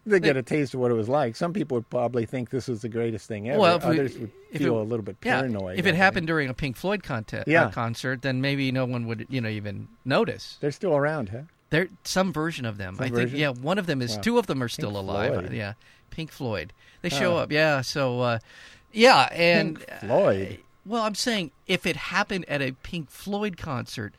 [SPEAKER 1] They'd get a taste of what it was like. Some people would probably think this is the greatest thing ever.
[SPEAKER 2] Well, if we-
[SPEAKER 1] Others would
[SPEAKER 2] if
[SPEAKER 1] feel
[SPEAKER 2] it-
[SPEAKER 1] a little bit
[SPEAKER 2] yeah,
[SPEAKER 1] paranoid.
[SPEAKER 2] If
[SPEAKER 1] I
[SPEAKER 2] it
[SPEAKER 1] think.
[SPEAKER 2] happened during a Pink Floyd content,
[SPEAKER 1] Yeah.
[SPEAKER 2] uh, concert, then maybe no one would you know even notice.
[SPEAKER 1] they're still around, huh?
[SPEAKER 2] There, some version of them. I think.
[SPEAKER 1] version?
[SPEAKER 2] Yeah, one of them is. Two of them are still alive.
[SPEAKER 1] Floyd.
[SPEAKER 2] Yeah, Pink Floyd. They show up. Yeah. So, uh, yeah, and
[SPEAKER 1] Pink Floyd.
[SPEAKER 2] well, I'm saying if it happened at a Pink Floyd concert,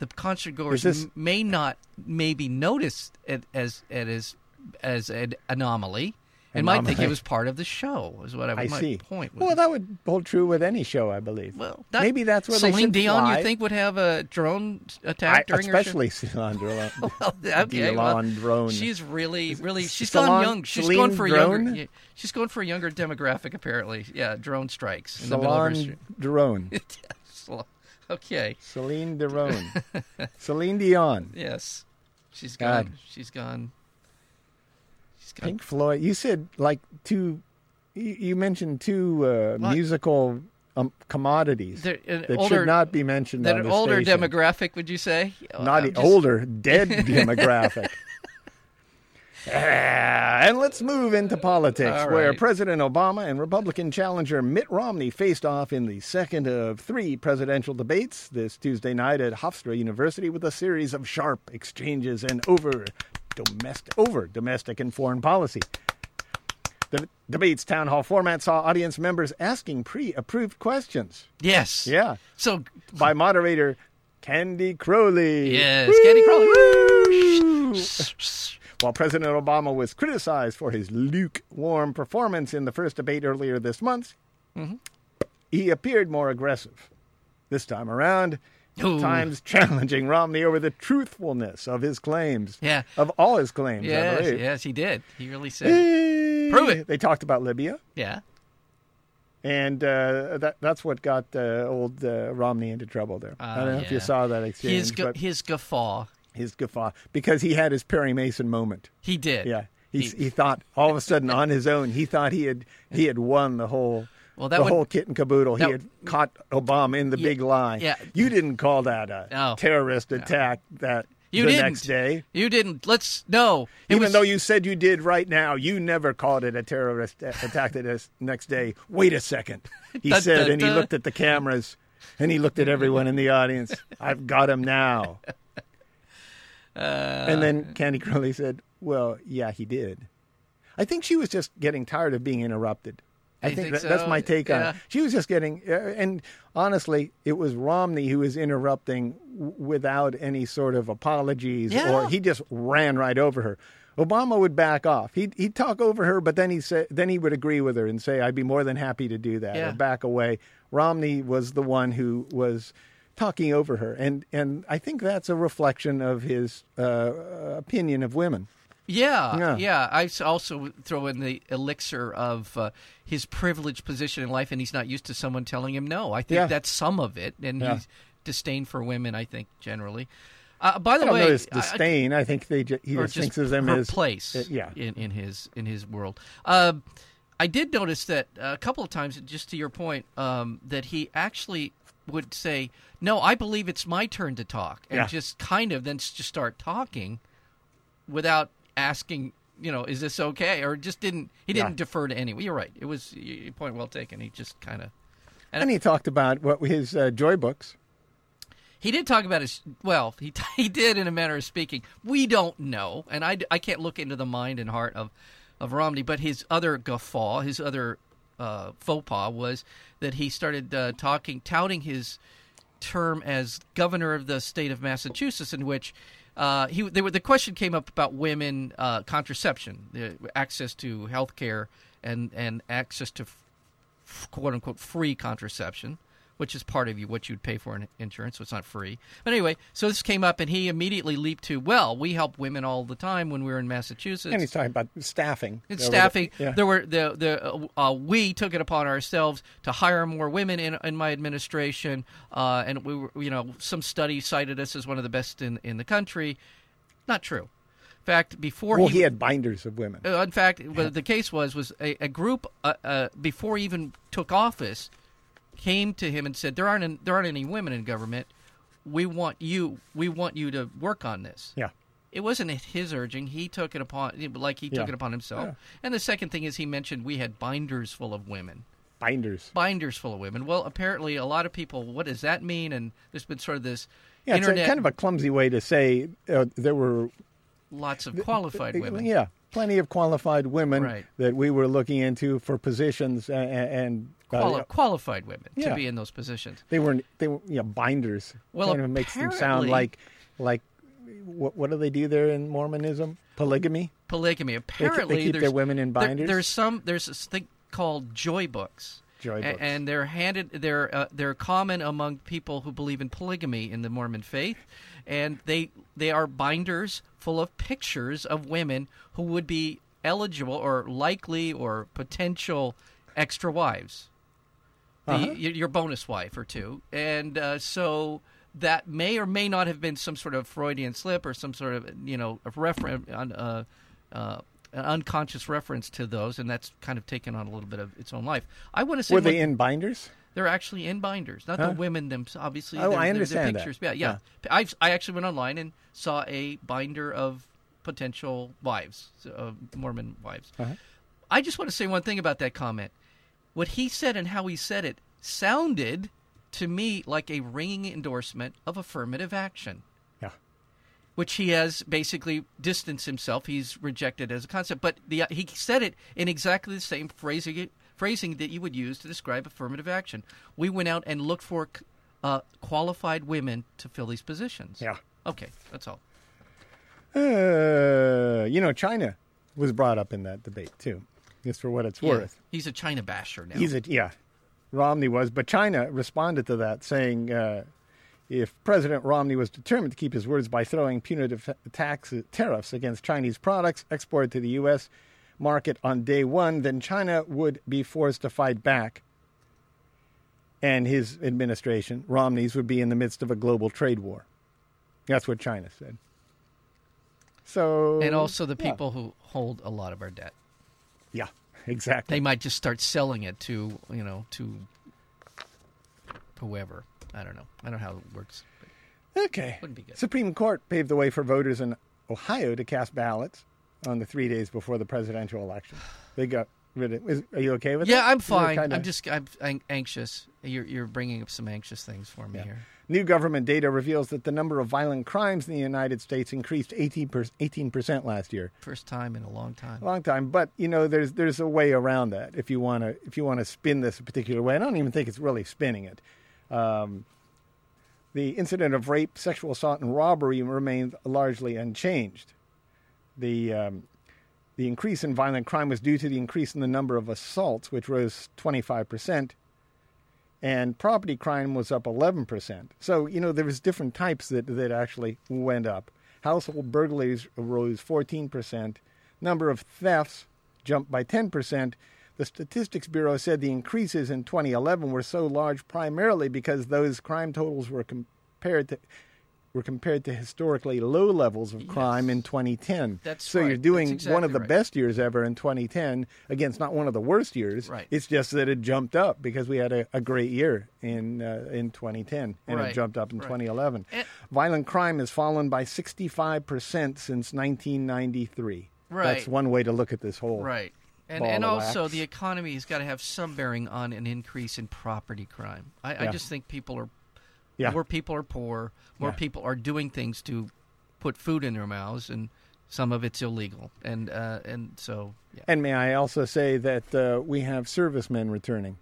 [SPEAKER 2] the concert goers
[SPEAKER 1] Is this-
[SPEAKER 2] m- may not maybe notice it as it is as an anomaly. And might think it
[SPEAKER 1] Anomaly.
[SPEAKER 2] was part of the show. Is what I,
[SPEAKER 1] I
[SPEAKER 2] uh, my
[SPEAKER 1] see.
[SPEAKER 2] point was.
[SPEAKER 1] well, that would hold true with any show, I believe.
[SPEAKER 2] Well, that,
[SPEAKER 1] maybe that's where
[SPEAKER 2] Celine
[SPEAKER 1] they should
[SPEAKER 2] Dion.
[SPEAKER 1] fly.
[SPEAKER 2] You think would have a drone attack
[SPEAKER 1] I,
[SPEAKER 2] during
[SPEAKER 1] especially Cilantro.
[SPEAKER 2] her show? Well, okay, well,
[SPEAKER 1] Dion drone.
[SPEAKER 2] she's really, really. She's
[SPEAKER 1] Celine-
[SPEAKER 2] gone young. She's
[SPEAKER 1] Celine
[SPEAKER 2] going for a younger.
[SPEAKER 1] drone?
[SPEAKER 2] yeah, She's going for a younger demographic, apparently. Yeah, drone strikes in the middle
[SPEAKER 1] Salon drone.
[SPEAKER 2] of her. sh- Yes. okay.
[SPEAKER 1] Celine Dion. Celine Dion.
[SPEAKER 2] Yes. She's
[SPEAKER 1] God.
[SPEAKER 2] gone. She's gone. She's gone.
[SPEAKER 1] Pink Floyd. You said like two You, you mentioned two uh,
[SPEAKER 2] Well,
[SPEAKER 1] musical um, commodities
[SPEAKER 2] They're- an
[SPEAKER 1] that
[SPEAKER 2] older-
[SPEAKER 1] should not be mentioned
[SPEAKER 2] That
[SPEAKER 1] on the
[SPEAKER 2] older
[SPEAKER 1] station.
[SPEAKER 2] demographic, would you say?
[SPEAKER 1] Not
[SPEAKER 2] I'm
[SPEAKER 1] e-
[SPEAKER 2] just-
[SPEAKER 1] older, dead demographic. Ah, and let's move into politics,
[SPEAKER 2] All
[SPEAKER 1] where
[SPEAKER 2] right.
[SPEAKER 1] President Obama and Republican challenger Mitt Romney faced off in the second of three presidential debates this Tuesday night at Hofstra University with a series of sharp exchanges and over domestic, over domestic and foreign policy. The debate's town hall format saw audience members asking pre approved questions.
[SPEAKER 2] Yes.
[SPEAKER 1] Yeah
[SPEAKER 2] So
[SPEAKER 1] by moderator Candy Crowley.
[SPEAKER 2] Yes, Candy Crowley.
[SPEAKER 1] Woo! While President Obama was criticized for his lukewarm performance in the first debate earlier this month,
[SPEAKER 2] Mm-hmm.
[SPEAKER 1] he appeared more aggressive. This time around,
[SPEAKER 2] Ooh.
[SPEAKER 1] times challenging Romney over the truthfulness of his claims.
[SPEAKER 2] Yeah.
[SPEAKER 1] Of all his claims, I
[SPEAKER 2] yes,
[SPEAKER 1] believe.
[SPEAKER 2] yes, he did. He really
[SPEAKER 1] Eh.
[SPEAKER 2] said, Prove it.
[SPEAKER 1] They talked about Libya,
[SPEAKER 2] yeah.
[SPEAKER 1] and uh, that, that's what got uh, old uh, Romney into trouble there. I
[SPEAKER 2] Uh,
[SPEAKER 1] don't know if you
[SPEAKER 2] yeah.
[SPEAKER 1] saw that exchange.
[SPEAKER 2] His gu-
[SPEAKER 1] but-
[SPEAKER 2] his guffaw.
[SPEAKER 1] his guffaw because he had his Perry Mason moment.
[SPEAKER 2] He did.
[SPEAKER 1] Yeah, he he thought all of a sudden on his own he thought he had he had won the whole
[SPEAKER 2] Well, that
[SPEAKER 1] the
[SPEAKER 2] would-
[SPEAKER 1] whole kit and caboodle.
[SPEAKER 2] that-
[SPEAKER 1] he had caught Obama in the big lie.
[SPEAKER 2] yeah.
[SPEAKER 1] you didn't call that a
[SPEAKER 2] No.
[SPEAKER 1] terrorist attack that
[SPEAKER 2] You
[SPEAKER 1] the
[SPEAKER 2] didn't.
[SPEAKER 1] next day.
[SPEAKER 2] You didn't. Let's no. It
[SPEAKER 1] Even
[SPEAKER 2] was-
[SPEAKER 1] though you said you did right now, you never called it a terrorist a- attack the des- next day. Wait a second, he
[SPEAKER 2] Dun,
[SPEAKER 1] said,
[SPEAKER 2] dun,
[SPEAKER 1] and he
[SPEAKER 2] dun.
[SPEAKER 1] looked at the cameras, and he looked at everyone in the audience. I've got him now.
[SPEAKER 2] Uh,
[SPEAKER 1] and then Candy Crowley said, "Well, yeah, he did." I think she was just getting tired of being interrupted. I
[SPEAKER 2] You
[SPEAKER 1] think,
[SPEAKER 2] think
[SPEAKER 1] that, that's
[SPEAKER 2] so?
[SPEAKER 1] my take on
[SPEAKER 2] Yeah.
[SPEAKER 1] it. She was just getting, uh, and honestly, it was Romney who was interrupting w- without any sort of apologies, or
[SPEAKER 2] Yeah.
[SPEAKER 1] he just ran right over her. Obama would back off. He'd, he'd talk over her, but then he said, then he would agree with her and say, "I'd be more than happy to do that,"
[SPEAKER 2] Yeah.
[SPEAKER 1] or back away. Romney was the one who was talking over her, and and I think that's a reflection of his uh, opinion of women.
[SPEAKER 2] Yeah,
[SPEAKER 1] Yeah.
[SPEAKER 2] yeah, I s- also throw in the elixir of uh, his privileged position in life, and he's not used to someone telling him no. I think
[SPEAKER 1] Yeah.
[SPEAKER 2] that's some of it, and
[SPEAKER 1] Yeah.
[SPEAKER 2] his disdain for women, I think, generally. Uh, by the
[SPEAKER 1] I don't
[SPEAKER 2] way,
[SPEAKER 1] know his
[SPEAKER 2] I- I-
[SPEAKER 1] disdain. I, think they ju- he
[SPEAKER 2] or
[SPEAKER 1] just
[SPEAKER 2] just
[SPEAKER 1] thinks of them
[SPEAKER 2] her
[SPEAKER 1] as
[SPEAKER 2] place,
[SPEAKER 1] uh, yeah.
[SPEAKER 2] in, in his in his world. Um, I did notice that a couple of times, just to your point, um, that he actually would say, "No, I believe it's my turn to talk," and
[SPEAKER 1] Yeah.
[SPEAKER 2] just kind of then s- just start talking without asking. You know, is this okay? Or just didn't he didn't
[SPEAKER 1] Yeah.
[SPEAKER 2] defer to anyone? You're right. It was y- y- point well taken. He just kind of
[SPEAKER 1] And he talked about what his uh, joy books.
[SPEAKER 2] He did talk about his. Well, he he did in a manner of speaking. We don't know, and I, I can't look into the mind and heart of of Romney. But his other guffaw, his other uh, faux pas, was that he started uh, talking, touting his term as governor of the state of Massachusetts, in which. Uh, he they were, the question came up about women uh, contraception, the access to health care, and and access to quote unquote free contraception, which is part of you what you'd pay for in insurance, so it's not free. But anyway, so this came up, and he immediately leaped to, "Well, we help women all the time when we were in Massachusetts."
[SPEAKER 1] And he's talking about staffing.
[SPEAKER 2] and
[SPEAKER 1] There were the-
[SPEAKER 2] staffing.
[SPEAKER 1] yeah.
[SPEAKER 2] There were the the uh, we took it upon ourselves to hire more women in in my administration, uh, and we were you know some study cited us as one of the best in in the country. Not true. In fact, before
[SPEAKER 1] well,
[SPEAKER 2] he,
[SPEAKER 1] he had binders of women.
[SPEAKER 2] uh, in fact, what the case was was a, a group uh, uh, before he even took office came to him and said, "There aren't an, there aren't any women in government. We want you. We want you to work on this."
[SPEAKER 1] Yeah.
[SPEAKER 2] It wasn't at his urging. He took it upon like he
[SPEAKER 1] Yeah.
[SPEAKER 2] took it upon himself. And the second thing is he mentioned we had binders full of women.
[SPEAKER 1] Binders.
[SPEAKER 2] Binders full of women. Well, apparently a lot of people. What does that mean? And there's been sort of this
[SPEAKER 1] Yeah, it's a-
[SPEAKER 2] internet,
[SPEAKER 1] kind of a clumsy way to say uh, there were, e-,
[SPEAKER 2] lots of qualified women.
[SPEAKER 1] yeah, plenty of qualified women
[SPEAKER 2] Right.
[SPEAKER 1] that we were looking into for positions, and, and uh,
[SPEAKER 2] Quali- qualified women
[SPEAKER 1] Yeah.
[SPEAKER 2] to be in those positions.
[SPEAKER 1] they were they were yeah binders.
[SPEAKER 2] Well,
[SPEAKER 1] kind of makes them sound
[SPEAKER 2] apparently-
[SPEAKER 1] like like what, what do they do there in Mormonism? Polygamy.
[SPEAKER 2] polygamy. Apparently,
[SPEAKER 1] keep their
[SPEAKER 2] there's-
[SPEAKER 1] women in
[SPEAKER 2] there-
[SPEAKER 1] binders?
[SPEAKER 2] there's some. There's this thing called joy books.
[SPEAKER 1] Joy
[SPEAKER 2] A-
[SPEAKER 1] books.
[SPEAKER 2] and they're handed. They're uh, they're common among people who believe in polygamy in the Mormon faith, and they they are binders full of pictures of women who would be eligible or likely or potential extra wives the,
[SPEAKER 1] Uh-huh.
[SPEAKER 2] y your bonus wife or two. And uh, so that may or may not have been some sort of Freudian slip or some sort of you know a reference on uh, uh, an unconscious reference to those, and that's kind of taken on a little bit of its own life. I want to say
[SPEAKER 1] Were they
[SPEAKER 2] one-
[SPEAKER 1] in binders?
[SPEAKER 2] they're actually in binders, not the women themselves. Obviously,
[SPEAKER 1] Oh,
[SPEAKER 2] they're,
[SPEAKER 1] I
[SPEAKER 2] they're-
[SPEAKER 1] understand
[SPEAKER 2] they're
[SPEAKER 1] that.
[SPEAKER 2] pictures. Yeah, yeah. I've, I actually went online and saw a binder of potential wives, uh, Mormon wives.
[SPEAKER 1] Uh-huh.
[SPEAKER 2] I just want to say one thing about that comment. What he said and how he said it sounded to me like a ringing endorsement of affirmative action
[SPEAKER 1] Yeah.
[SPEAKER 2] which he has basically distanced himself. He's rejected as a concept, but the, uh, he said it in exactly the same phrasing, phrasing that you would use to describe affirmative action. We went out and looked for uh, qualified women to fill these positions.
[SPEAKER 1] Yeah.
[SPEAKER 2] Okay, that's all.
[SPEAKER 1] Uh, you know, China was brought up in that debate too, just for what it's worth.
[SPEAKER 2] Yeah. He's a China basher now.
[SPEAKER 1] He's a, yeah, Romney was, but China responded to that saying uh, if President Romney was determined to keep his words by throwing punitive tax tariffs against Chinese products exported to the U.S. market on day one, then China would be forced to fight back. And his administration, Romney's, would be in the midst of a global trade war. That's what China said. So
[SPEAKER 2] and also the
[SPEAKER 1] yeah.
[SPEAKER 2] people who hold a lot of our debt.
[SPEAKER 1] Yeah, exactly.
[SPEAKER 2] They might just start selling it to you know to whoever. I don't know. I don't know how it works.
[SPEAKER 1] Okay.
[SPEAKER 2] Wouldn't be good.
[SPEAKER 1] Supreme Court paved the way for voters in Ohio to cast ballots on the three days before the presidential election. They got rid of. Is, are you okay with that?
[SPEAKER 2] Yeah, I'm
[SPEAKER 1] You're
[SPEAKER 2] fine.
[SPEAKER 1] kinda-
[SPEAKER 2] I'm just I'm an- anxious. You're you're bringing up some anxious things for me here.
[SPEAKER 1] New government data reveals that the number of violent crimes in the United States increased 18 percent last year.
[SPEAKER 2] First time in a long time.
[SPEAKER 1] A long time, but you know, there's there's a way around that if you want to if you want to spin this a particular way. I don't even think it's really spinning it. Um, the incident of rape, sexual assault, and robbery remained largely unchanged. The, um, the increase in violent crime was due to the increase in the number of assaults, which rose 25%, and property crime was up 11%. So, you know, there was different types that, that actually went up. Household burglaries rose 14%, number of thefts jumped by 10%. The Statistics Bureau said the increases in 2011 were so large primarily because those crime totals were compared to were compared to historically low levels of crime in 2010.
[SPEAKER 2] That's
[SPEAKER 1] so
[SPEAKER 2] right.
[SPEAKER 1] you're
[SPEAKER 2] That's
[SPEAKER 1] doing one
[SPEAKER 2] exactly
[SPEAKER 1] of the
[SPEAKER 2] right.
[SPEAKER 1] best years ever in 2010 against not one of the worst years.
[SPEAKER 2] Right.
[SPEAKER 1] It's just that it jumped up because we had a, a great year in uh, in 2010 and
[SPEAKER 2] Right.
[SPEAKER 1] it jumped up in
[SPEAKER 2] Right. Eh.
[SPEAKER 1] 2011.
[SPEAKER 2] And-
[SPEAKER 1] Violent crime has fallen by 65 percent since 1993.
[SPEAKER 2] Right.
[SPEAKER 1] That's one way to look at this whole
[SPEAKER 2] Right. And
[SPEAKER 1] Ball
[SPEAKER 2] and
[SPEAKER 1] of
[SPEAKER 2] also
[SPEAKER 1] wax.
[SPEAKER 2] the economy has got to have some bearing on an increase in property crime. I, I
[SPEAKER 1] Yeah.
[SPEAKER 2] just think people are
[SPEAKER 1] Yeah.
[SPEAKER 2] more people are poor, more
[SPEAKER 1] Yeah.
[SPEAKER 2] people are doing things to put food in their mouths and some of it's illegal. And uh, and so yeah.
[SPEAKER 1] And may I also say that uh, we have servicemen returning.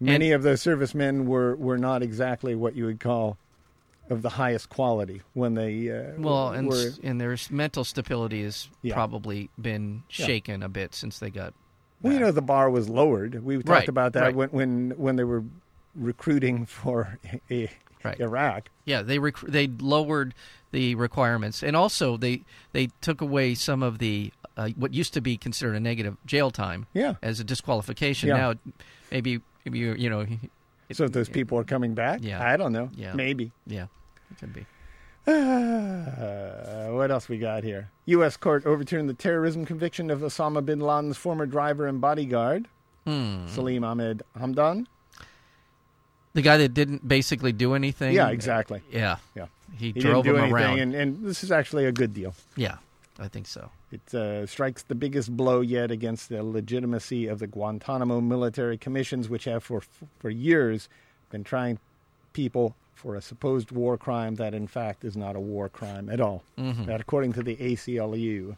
[SPEAKER 1] Many of those servicemen were, were not exactly what you would call of the highest quality when they uh,
[SPEAKER 2] Well, and
[SPEAKER 1] were.
[SPEAKER 2] s- and their s- mental stability has
[SPEAKER 1] Yeah.
[SPEAKER 2] probably been shaken a bit since they got
[SPEAKER 1] Well, you know, the bar was lowered. We talked
[SPEAKER 2] Right,
[SPEAKER 1] about that
[SPEAKER 2] right.
[SPEAKER 1] when, when when they were recruiting for I-
[SPEAKER 2] Right.
[SPEAKER 1] Iraq.
[SPEAKER 2] Yeah, they rec- they lowered the requirements, and also they they took away some of the uh, what used to be considered a negative jail time.
[SPEAKER 1] Yeah.
[SPEAKER 2] as a disqualification.
[SPEAKER 1] Yeah.
[SPEAKER 2] Now, it- maybe maybe you you know,
[SPEAKER 1] so if those people are coming back,
[SPEAKER 2] Yeah.
[SPEAKER 1] I don't know.
[SPEAKER 2] Yeah.
[SPEAKER 1] Maybe.
[SPEAKER 2] yeah, it could be.
[SPEAKER 1] Uh, what else we got here? U.S. court overturned the terrorism conviction of Osama bin Laden's former driver and bodyguard,
[SPEAKER 2] Hmm.
[SPEAKER 1] Salim Ahmed Hamdan.
[SPEAKER 2] The guy that didn't basically do anything.
[SPEAKER 1] Yeah, exactly.
[SPEAKER 2] Yeah,
[SPEAKER 1] Yeah.
[SPEAKER 2] he,
[SPEAKER 1] He didn't
[SPEAKER 2] drove
[SPEAKER 1] do anything,
[SPEAKER 2] him around.
[SPEAKER 1] And, and this is actually a good deal.
[SPEAKER 2] Yeah, I think so.
[SPEAKER 1] It uh, strikes the biggest blow yet against the legitimacy of the Guantanamo military commissions, which have for for years been trying people for a supposed war crime that, in fact, is not a war crime at all.
[SPEAKER 2] Mm-hmm.
[SPEAKER 1] That, according to the ACLU.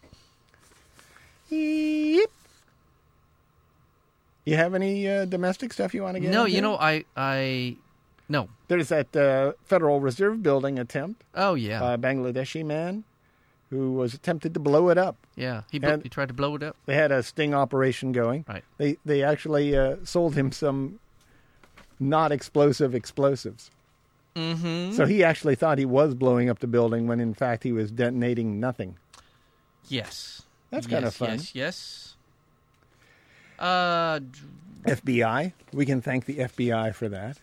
[SPEAKER 1] Yep. You have any uh, domestic stuff you want to get?
[SPEAKER 2] no, you
[SPEAKER 1] into?
[SPEAKER 2] know, I I no.
[SPEAKER 1] there's that uh, Federal Reserve Building attempt
[SPEAKER 2] Oh yeah,
[SPEAKER 1] by a Bangladeshi man who was attempted to blow it up.
[SPEAKER 2] yeah. He bl-
[SPEAKER 1] and-
[SPEAKER 2] he tried to blow it up.
[SPEAKER 1] they had a sting operation going.
[SPEAKER 2] Right.
[SPEAKER 1] They they actually uh, sold him some not explosive explosives. Mm-hmm. So he actually thought he was blowing up the building when in fact he was detonating nothing.
[SPEAKER 2] Yes.
[SPEAKER 1] That's
[SPEAKER 2] yes,
[SPEAKER 1] kinda fun.
[SPEAKER 2] Yes. Yes. Uh, d-
[SPEAKER 1] FBI. We can thank the FBI for that.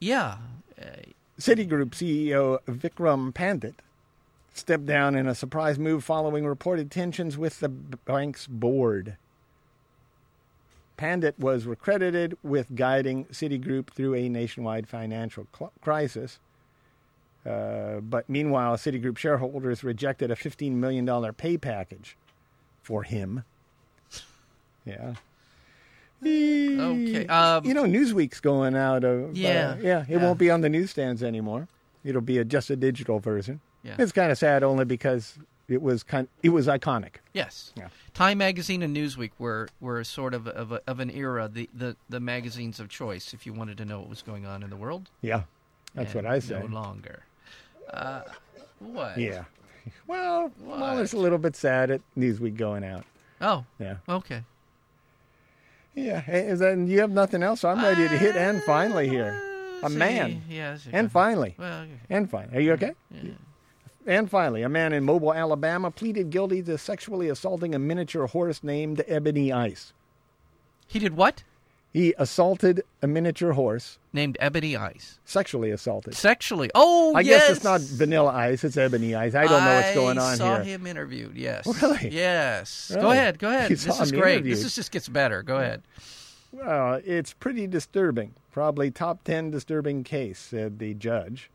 [SPEAKER 2] yeah. Uh,
[SPEAKER 1] Citigroup CEO Vikram E Pandit stepped down in a surprise move following reported tensions with the bank's board. Pandit was credited with guiding Citigroup through a nationwide financial cl- crisis. Uh, but meanwhile, Citigroup shareholders rejected a $15 million pay package for him. Yeah.
[SPEAKER 2] Okay, um,
[SPEAKER 1] you know, Newsweek's going out of.
[SPEAKER 2] Yeah,
[SPEAKER 1] uh, yeah. It
[SPEAKER 2] yeah.
[SPEAKER 1] won't be on the newsstands anymore. It'll be a, just a digital version.
[SPEAKER 2] Yeah.
[SPEAKER 1] It's kind of sad only because it was kind it was iconic.
[SPEAKER 2] Yes.
[SPEAKER 1] Yeah.
[SPEAKER 2] Time magazine and Newsweek were, were sort of of, a, of an era, the, the, the magazines of choice if you wanted to know what was going on in the world.
[SPEAKER 1] Yeah. That's
[SPEAKER 2] And
[SPEAKER 1] what I say.
[SPEAKER 2] No longer. Uh, what?
[SPEAKER 1] Yeah. Well, well,
[SPEAKER 2] What?
[SPEAKER 1] it's a little bit sad at Newsweek going out.
[SPEAKER 2] Oh.
[SPEAKER 1] Yeah.
[SPEAKER 2] Okay.
[SPEAKER 1] Yeah. Hey, Is that, you have nothing else? I'm ready to hit and finally here.
[SPEAKER 2] Uh,
[SPEAKER 1] A
[SPEAKER 2] see,
[SPEAKER 1] man.
[SPEAKER 2] Yes.
[SPEAKER 1] And finally.
[SPEAKER 2] Well. yeah.
[SPEAKER 1] And finally. Are you okay? And finally, a man in Mobile, Alabama pleaded guilty to sexually assaulting a miniature horse named Ebony Ice.
[SPEAKER 2] He did what?
[SPEAKER 1] He assaulted a miniature horse,
[SPEAKER 2] Named Ebony Ice.
[SPEAKER 1] sexually assaulted.
[SPEAKER 2] Sexually. Oh,
[SPEAKER 1] I
[SPEAKER 2] yes.
[SPEAKER 1] guess it's not vanilla ice, it's ebony ice. I don't know what's going
[SPEAKER 2] I
[SPEAKER 1] on
[SPEAKER 2] saw
[SPEAKER 1] here. Oh,
[SPEAKER 2] him interviewed. Yes.
[SPEAKER 1] Really?
[SPEAKER 2] Yes. Go
[SPEAKER 1] Really?
[SPEAKER 2] ahead. Go ahead.
[SPEAKER 1] You
[SPEAKER 2] this
[SPEAKER 1] saw
[SPEAKER 2] is
[SPEAKER 1] him
[SPEAKER 2] great.
[SPEAKER 1] interviewed.
[SPEAKER 2] This is, just gets better. Go ahead.
[SPEAKER 1] Well, it's pretty disturbing. Probably top 10 disturbing case, said the judge,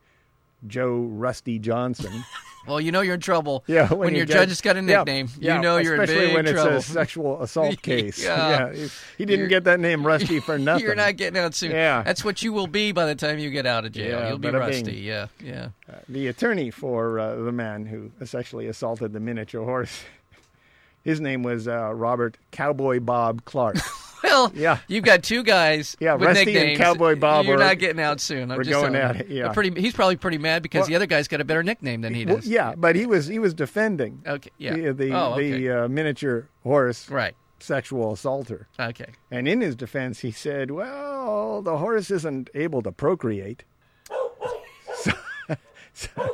[SPEAKER 1] Joe Rusty Johnson.
[SPEAKER 2] Well, you know you're in trouble.
[SPEAKER 1] Yeah, when,
[SPEAKER 2] your judge has got a
[SPEAKER 1] yeah,
[SPEAKER 2] nickname,
[SPEAKER 1] yeah,
[SPEAKER 2] you know you're in
[SPEAKER 1] especially
[SPEAKER 2] big
[SPEAKER 1] when
[SPEAKER 2] trouble.
[SPEAKER 1] it's a sexual assault case.
[SPEAKER 2] Yeah.
[SPEAKER 1] he- he didn't
[SPEAKER 2] You're-
[SPEAKER 1] get that name Rusty for nothing.
[SPEAKER 2] You're not getting out soon.
[SPEAKER 1] Yeah.
[SPEAKER 2] That's what you will be by the time you get out of jail.
[SPEAKER 1] Yeah,
[SPEAKER 2] You'll be
[SPEAKER 1] bada
[SPEAKER 2] rusty.
[SPEAKER 1] bing.
[SPEAKER 2] Yeah. Yeah.
[SPEAKER 1] the attorney for uh, the man who sexually assaulted the miniature horse. His name was uh, Robert Cowboy Bob Clark.
[SPEAKER 2] Well,
[SPEAKER 1] Yeah.
[SPEAKER 2] you've got two guys
[SPEAKER 1] Yeah,
[SPEAKER 2] with
[SPEAKER 1] Rusty and
[SPEAKER 2] nicknames.
[SPEAKER 1] Cowboy Bob
[SPEAKER 2] You're
[SPEAKER 1] are-
[SPEAKER 2] not getting out soon. I'm
[SPEAKER 1] we're
[SPEAKER 2] just
[SPEAKER 1] going at
[SPEAKER 2] telling you.
[SPEAKER 1] it, yeah.
[SPEAKER 2] They're Pretty, he's probably pretty mad because the other guy's got a better nickname than he
[SPEAKER 1] Well,
[SPEAKER 2] does.
[SPEAKER 1] yeah, but he was he was defending
[SPEAKER 2] Okay. Yeah.
[SPEAKER 1] the the,
[SPEAKER 2] oh, okay.
[SPEAKER 1] the uh, miniature horse
[SPEAKER 2] right.
[SPEAKER 1] sexual assaulter.
[SPEAKER 2] Okay.
[SPEAKER 1] And in his defense, he said, "Well, the horse isn't able to procreate." So- so-